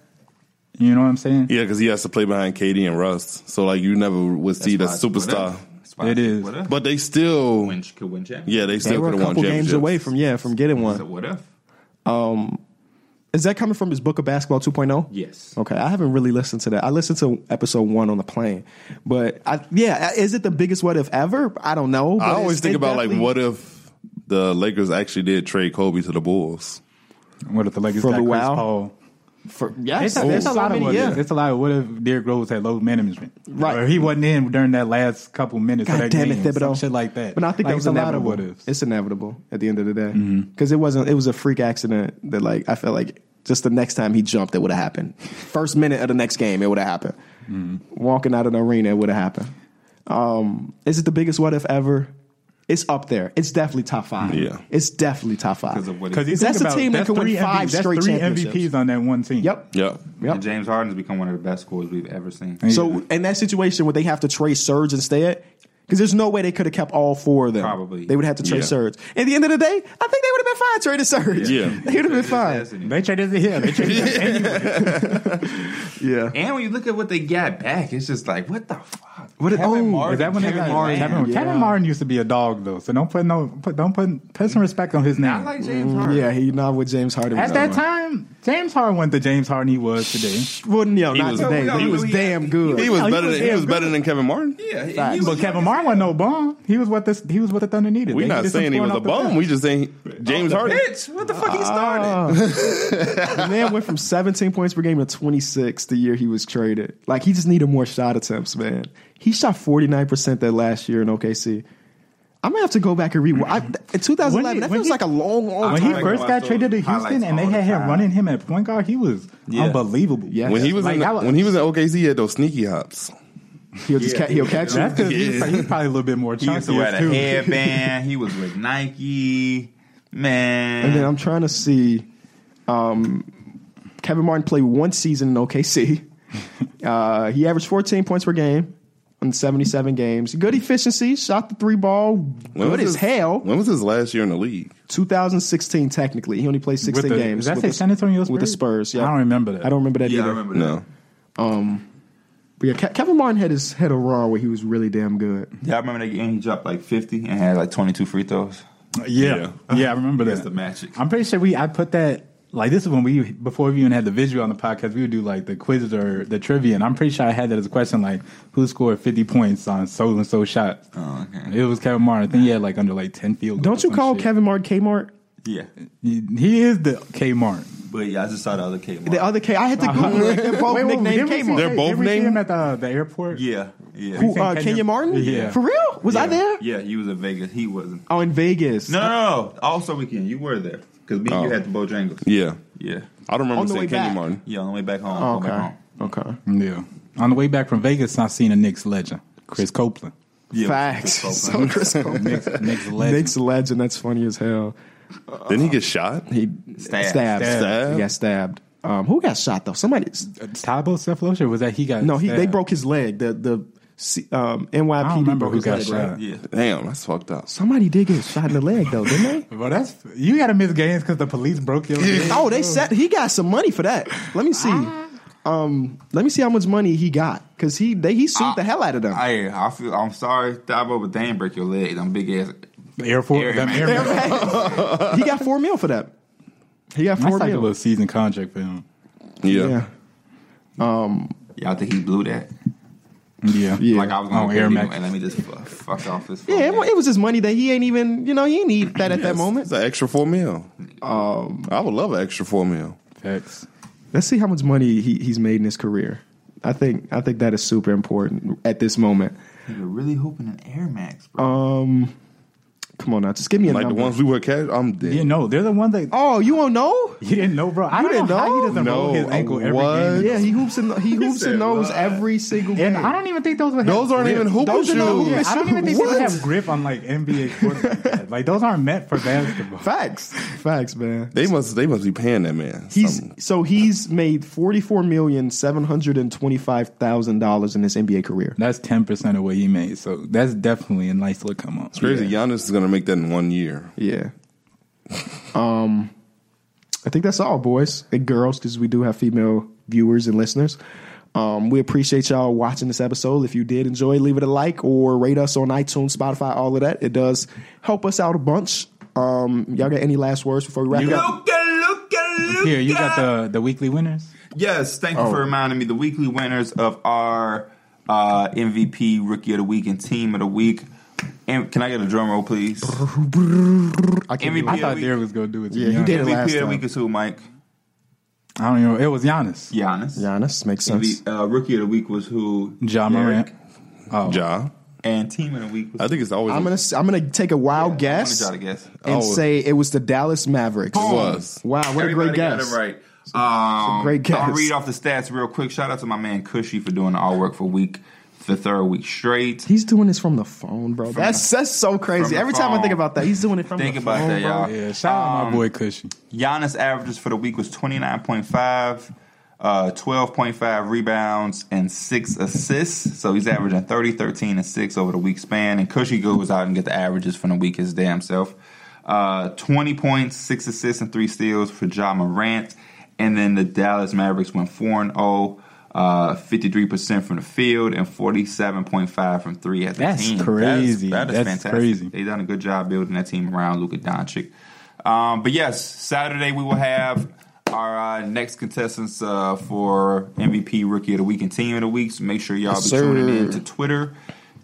S3: you know what I'm saying?
S5: Yeah, because he has to play behind KD and Russ. So like you never would see the
S4: That's why it's what
S5: superstar.
S4: if. That's why
S3: It
S4: it's
S3: is.
S4: What if?
S5: But they still,
S4: Win- could win champions.
S5: yeah, they
S1: They
S5: still
S1: were
S5: could
S1: a
S5: have won
S1: couple games
S5: championships.
S1: away from yeah from getting
S4: So
S1: one.
S4: what if?
S1: Is that coming from his book of basketball oh? 2.0?
S4: Yes.
S1: Okay, I haven't really listened to that. I listened to episode one on the plane, but I, yeah, is it the biggest what if ever? I don't know. But
S5: I
S1: it's-
S5: always think
S1: it
S5: about like
S1: definitely-
S5: what if the Lakers actually did trade Kobe to the Bulls?
S3: What if the Lakers
S1: For
S3: got
S1: the
S3: Chris
S1: wow.
S3: Paul?
S1: For, yes,
S3: It's,
S1: there's
S3: it's a
S1: so
S3: lot of
S1: many,
S3: what
S1: yeah.
S3: if. It's a lot of what if Derrick Rose had low management,
S1: Right.
S3: Or he wasn't in during that last couple minutes. of
S1: God
S3: that
S1: damn it,
S3: game, some
S1: Thibodeau.
S3: shit like that.
S1: But I think
S3: like,
S1: that was
S3: it's Mm-hmm.
S1: inevitable.
S3: a lot of what ifs.
S1: It's inevitable at the end of the day because it wasn't. It was a freak accident that like I felt like just the next time he jumped, it would have happened. First minute of the next game, it would have happened.
S3: Mm-hmm.
S1: Walking out of the arena, it would have happened. Um, is it the biggest what if ever? It's up there. It's definitely top five.
S5: Yeah.
S1: it's definitely top five.
S4: Because of what
S3: Because
S4: he.
S1: That's a team that could win five straight
S3: three
S1: championships.
S3: MVPs on that one team.
S1: Yep.
S5: Yep.
S4: And James Harden's become one of the best scores we've ever seen.
S1: So in that situation where they have to trade Surge instead, because there's no way they could have kept all four of them.
S4: Probably.
S1: They would have to trade
S5: Yeah.
S1: Surge. At the end of the day, I think they would have been fine trading Surge.
S5: Yeah.
S1: (laughs) They would have been fine.
S3: They traded it here. They traded it
S1: Yeah.
S4: And when you look at what they got back, it's just like, what the fuck?
S1: What it,
S4: Kevin
S1: oh,
S4: Martin.
S3: Is that when
S4: Kevin
S3: they got
S4: Martin.
S3: Kevin,
S1: Yeah.
S3: Kevin Martin used to be a dog though, so don't put no put, don't put put some respect on his name.
S4: I like James Harden.
S1: Mm, yeah, he not with James Harden.
S3: At
S1: was
S3: that
S1: on.
S3: time, James Harden wasn't the James Harden he was today.
S1: wouldn't yo, not
S5: was-
S1: today,
S4: we
S1: but he
S4: all
S1: was
S4: knew he-
S1: damn good.
S5: He was
S3: Oh, he
S5: better.
S3: was
S5: than, he
S3: damn
S5: was
S3: good.
S5: better than Kevin Martin.
S4: Yeah,
S1: Facts.
S4: he was
S3: But
S4: like-
S3: Kevin Martin wasn't no bum. He was what this he was what the Thunder needed.
S5: We're
S3: They
S5: not
S3: needed some
S5: saying he
S3: scoring
S5: was a
S3: off the
S5: bum.
S3: bench.
S5: We just saying James Harden.
S4: Bitch, what the fuck he started?
S1: (laughs) the man went from 17 points per game to 26 the year he was traded. Like he just needed more shot attempts, man. He shot 49% that last year in OKC. I'm gonna have to go back and read. I, in 2011,
S3: When he-
S1: that
S3: when
S1: feels
S3: he-
S1: like a long, long time.
S3: when he
S4: Talking
S3: first
S4: about
S3: got
S4: those
S3: traded to
S4: highlights
S3: Houston and they
S4: all
S3: had
S4: the
S3: him
S4: time.
S3: running him at point guard, he was unbelievable.
S1: Yeah.
S5: When he was
S3: Like,
S5: in the,
S3: that was-
S5: when he was in OKC, he had those sneaky hops.
S1: He'll just ca- he'll catch
S3: That's
S1: you.
S3: because he's, he's probably a little bit more
S4: He
S3: chunky
S4: used to wear the
S3: too.
S4: headband. He was with Nike. Man.
S1: And then I'm trying to see. Um, Kevin Martin played one season in OKC. Uh, he averaged 14 points per game in 77 games. Good efficiency, shot the three ball,
S5: When was
S1: good as
S5: his-
S1: hell.
S5: When was his last year in the league?
S1: 2016 technically, he only played 16
S3: the,
S1: games
S3: Did I
S1: with
S3: say
S1: the,
S3: San Antonio Spurs?
S1: with the Spurs. Yeah,
S3: I don't remember that.
S1: I don't remember that
S2: Yeah, I
S1: either.
S2: remember that.
S5: No.
S1: But yeah, Ke- Kevin Martin had his had a run where he was really damn good.
S4: Yeah, I remember that game. He dropped like 50 and had like 22 free throws.
S3: Yeah, yeah, I remember that.
S4: That's the magic.
S3: I'm pretty sure we. I put that like this is when we before we even had the visual on the podcast. We would do like the quizzes or the trivia, and I'm pretty sure I had that as a question like who scored 50 points on so and so shots.
S4: Oh, okay.
S3: It was Kevin Martin. I think he had like under like 10 field.
S1: Don't
S3: goals
S1: you
S3: or some
S1: call
S3: shit.
S1: Kevin Martin Kmart?
S4: Yeah.
S3: He, he is the K Martin.
S4: But yeah, I just saw the other K.
S1: The other K, I had to Google it. They're both nicknamed Kmart.
S5: They're both named-
S3: at the, the airport.
S4: Yeah, yeah.
S1: Who, uh,
S3: Kenya-
S1: Kenya Martin?
S3: Yeah.
S1: for real? Was I
S4: Yeah,
S1: there?
S4: Yeah, he was in Vegas. He wasn't.
S1: Oh, in Vegas.
S4: No, no, no. no. Also, weekend you were there because me and you
S5: Oh.
S4: had the Bojangles.
S5: Yeah.
S4: yeah,
S5: I don't
S1: On
S5: remember
S1: the way
S5: seeing Kenny
S1: back.
S5: Martin.
S4: yeah. On the way back home,
S1: Oh,
S4: on the way
S1: okay.
S4: home.
S1: Okay.
S3: yeah. On the way back from Vegas, I seen a Knicks legend, Chris Copeland.
S4: Yeah,
S1: Facts. (laughs) So Chris Copeland.
S3: (laughs) Knicks, Knicks legend.
S1: Nick's a legend. That's funny as hell.
S5: Didn't he get shot?
S1: He
S4: Stabbed.
S1: Stabbed.
S5: Stabbed.
S1: He got stabbed. Um, who got shot though? Somebody.
S3: Tybo Cephalosha or was that he got?
S1: No, he, they
S3: stabbed?
S1: broke his leg. The the um, NYPD.
S3: I don't remember
S1: broke
S3: who
S1: his
S3: got
S1: leg,
S3: shot.
S1: right?
S4: Yeah,
S5: Damn, that's fucked up.
S1: Somebody did get shot in the leg though,
S3: (laughs)
S1: didn't
S3: Well, that's you got to miss games because the police broke your.
S1: they? oh, they said he got some money for that. Let me see. Um, let me see how much money he got because he they, he
S3: Ah.
S1: sued the hell out of them.
S4: I, I feel. I'm sorry, Dabo, but they ain't break your leg. Them big ass.
S3: Air Force.
S4: Air
S3: them (laughs)
S4: Man.
S3: Air Man.
S1: he got four mil for that. He got
S3: That's
S1: four
S3: like a
S1: mil.
S3: little season contract for him.
S5: Yeah.
S1: Yeah.
S4: Yeah, I think he blew that.
S3: Yeah,
S1: Yeah.
S4: Like I was gonna
S3: Oh,
S4: go
S3: Air
S4: get
S3: Max.
S4: him, and let me just fu- fuck off this.
S1: Yeah, it,
S4: phone.
S1: wa- it was his money that he ain't even, you know, he ain't need that at that
S5: It's
S1: moment.
S5: an extra four mil. Um, I would love an extra four mil.
S3: Facts.
S1: Let's see how much money he, he's made in his career. I think I think that is super important at this moment. Um,
S4: You're really hooping an Air Max, bro.
S1: Come on now, just give me a
S5: Like the
S1: number.
S5: ones we wear cash, I'm dead.
S3: You know, they're the ones that
S1: oh, you don't know?
S3: you didn't know, bro. I
S1: You
S3: don't
S1: didn't
S3: know how
S1: know?
S3: he doesn't roll his
S5: No,
S3: ankle every
S5: what?
S3: game.
S1: Yeah, he hoops in he hoops
S5: said
S1: in those
S5: lie.
S1: every single game.
S3: And I don't even think those would have
S5: Those aren't
S3: grip.
S5: even hooping
S1: Those are not
S5: shoes.
S1: hooping
S3: Yeah, I don't even think they would
S1: What?
S3: have grip on like NBA court like that. Like those aren't meant for basketball.
S1: facts, facts, man.
S5: They must they must be paying that man.
S1: He's
S5: something.
S1: so he's made forty four million seven hundred and twenty five thousand dollars in his NBA career.
S3: That's ten percent of what he made, so that's definitely a nice little come up.
S5: it's crazy. Giannis is gonna make that in one year.
S1: Yeah. Um, I think that's all, boys and girls, because we do have female viewers and listeners. Um, we appreciate y'all watching this episode. If you did enjoy, leave it a like or rate us on iTunes, Spotify, all of that. It does help us out a bunch. Um, y'all got any last words before we wrap
S3: You
S1: up?
S3: got-
S4: Luka, Luka, Luka.
S3: Here, you got the the weekly winners.
S4: Yes, thank you
S1: Oh.
S4: for reminding me. The weekly winners of our uh, MVP, Rookie of the Week, and Team of the Week. And can I get a drum roll, please?
S1: I can't
S4: MVP
S1: do
S3: I
S1: it.
S4: Yeah,
S3: thought
S4: we-
S3: Derek was gonna do it. to
S1: Yeah,
S3: be
S1: he
S3: honest.
S1: did it
S4: MVP of
S1: last
S4: the
S1: time.
S4: Week is who, Mike?
S3: I don't even. It was Giannis.
S4: Giannis.
S1: Giannis makes sense.
S4: MV, uh, Rookie of the Week was who?
S3: John Morant.
S4: Derek.
S5: Ja.
S4: And Team of the Week was
S5: I think it's always
S1: Oh. I'm gonna s- I'm gonna take a wild
S4: I
S1: guess
S4: wanted y'all to guess.
S1: and
S5: Oh.
S1: say it was the Dallas Mavericks.
S5: it was.
S1: Wow, what a great
S4: Everybody got
S1: guess!
S4: it right. Um,
S1: great guess.
S4: I'll read off the stats real quick. Shout out to my man Cushy for doing all work for week, the third week straight.
S1: He's doing this from the phone, bro. That's that's so
S4: from
S1: crazy.
S4: the
S1: Every time I
S4: phone.
S1: think about that, he's doing it from
S4: Think
S1: the
S4: about
S1: phone,
S4: that,
S1: bro.
S4: y'all. Um,
S3: Yeah, shout out my boy Cushy.
S4: Giannis averages for the week was 29.5, uh, 12.5 rebounds, and six assists. So he's averaging 30, 13, and six over the week span. And Cushy goes out and get the averages from the week his damn self. Uh, 20 points, six assists, and three steals for Ja Morant. And then the Dallas Mavericks went 4 and 0. Uh, 53% from the field and 47.5 from three at the
S3: That's
S4: team.
S3: crazy.
S4: That is,
S3: That's
S4: fantastic.
S3: crazy.
S4: They've done a good job building that team around Luka Doncic. Um, but yes, Saturday we will have our uh, next contestants uh, for MVP, Rookie of the Week, and Team of the Week. So make sure y'all
S1: Yes,
S4: be
S1: sir.
S4: tuning in to Twitter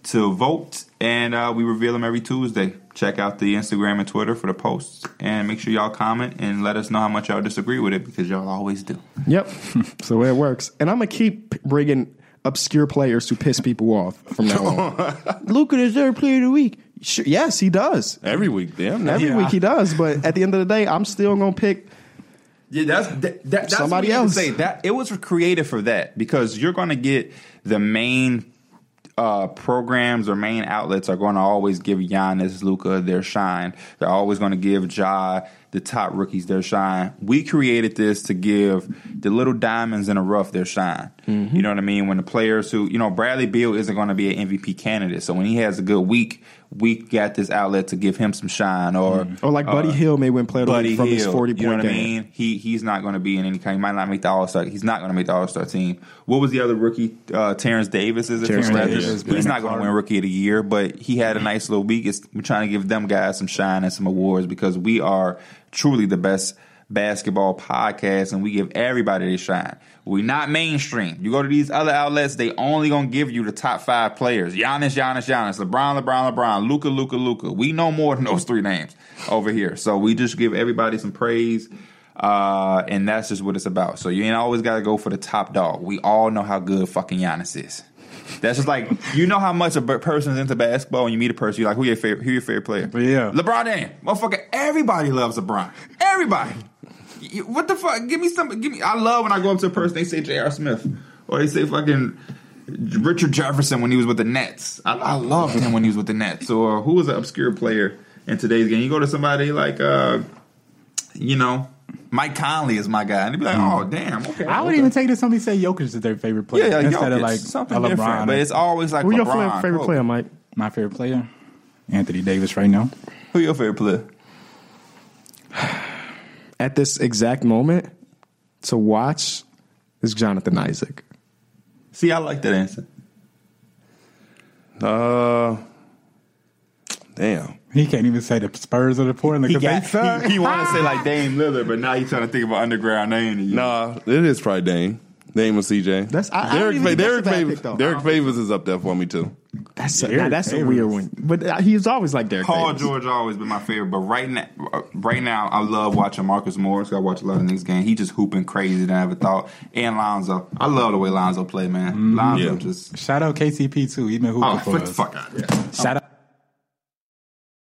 S4: to vote, and uh, we reveal them every Tuesday. Check out the Instagram and Twitter for the posts, and make sure y'all comment and let us know how much y'all disagree with it because y'all always do.
S1: Yep. (laughs) so it works. And I'm going to keep bringing obscure players who piss people off from now
S4: (laughs)
S1: on. Luca is their player of the week. Sure, yes, he does.
S5: every week, damn.
S1: Every
S3: Yeah.
S1: week he does. But at the end of the day, I'm still going to pick.
S4: Yeah, that's that, that, that's
S1: Somebody
S4: somebody else.
S1: else.
S4: Say that it was created for that because you're going to get the main uh, uh, programs or main outlets are going to always give Giannis, Luca their shine. They're always going to give Ja, the top rookies, their shine. We created this to give the little diamonds in the rough their shine. You know what I mean? When the players who, you know, Bradley Beal isn't going to be an MVP candidate. So when he has a good week, we got this outlet to give him some shine. Or
S1: Or like Buddy Hill may win player of the
S4: Uh, Buddy
S1: week from
S4: Hill.
S1: his forty
S4: you know
S1: point
S4: what I
S1: game.
S4: mean? He he's not going to be in any kind. He might not make the All Star. He's not going to make the All Star team. What was the other rookie? Uh, Terrence Davis is it?
S1: Terrence
S4: from the
S1: Davis.
S4: Raptors?
S3: Yeah.
S4: He's not going to win Rookie of the Year, but he had a nice little week. It's, we're trying to give them guys some shine and some awards because we are truly the best basketball podcast, and we give everybody their shine. We're not mainstream. You go to these other outlets, they only gonna give you the top five players: Giannis, Giannis, Giannis, LeBron, LeBron, LeBron, Luca, Luca, Luca. We know more than those three names over here, so we just give everybody some praise. Uh, and that's just what it's about. So you ain't always got to go for the top dog. We all know how good fucking Giannis is. That's just like you know how much a b- person's into basketball. When you meet a person, you're like, "Who your favorite? Who your favorite player?"
S3: Yeah.
S4: LeBron James, motherfucker. Everybody loves LeBron. Everybody. You- What the fuck? Give me some. Give me. I love when I go up to a person. They say J.R. Smith, or they say fucking Richard Jefferson when he was with the Nets. I, I loved him when he was with the Nets. Or who was an obscure player in today's game? You go to somebody like, uh, you know, Mike Conley is my guy, and they be like, "Oh, damn." Okay.
S3: Mm. I would even take this somebody say Jokic is their favorite player
S4: yeah, yeah,
S3: instead
S4: Jokic,
S3: of like
S4: something
S3: a LeBron.
S4: different, but it's always like
S1: Who your
S4: LeBron,
S1: favorite, favorite
S4: Kobe.
S1: player, Mike?
S3: my favorite player, Anthony Davis, right now.
S4: Who your favorite player?
S1: At this exact moment, to watch is Jonathan Isaac.
S4: See, I like that answer.
S5: Uh, damn.
S3: He can't even say the Spurs or the Portland because they suck.
S4: (laughs) he, wanted to say like Dame Lillard, but now he's trying to think of an underground name. To use.
S5: Nah, it is probably Dame. Dame and CJ.
S1: That's- I- I don't
S5: Derek,
S1: even think that's a
S5: Derek,
S1: bad
S5: Favors,
S1: pick, though.
S5: Derek Favors is up there for me too.
S1: That's a,
S3: Derrick
S1: nah, that's a
S3: Favors.
S1: weird one. But uh, he's always like Derek.
S4: Paul
S1: Favors.
S4: George always been my favorite, but right now, right now, I love watching Marcus Morris. I watch a lot of Knicks game. He just hooping crazy than I ever thought. And Lonzo, I love the way Lonzo play, man. Lonzo
S5: Yeah.
S4: just
S3: Shout out KCP too. He been hooping
S4: oh,
S3: for
S4: flip the
S3: us.
S4: fuck out. Yeah.
S3: Shout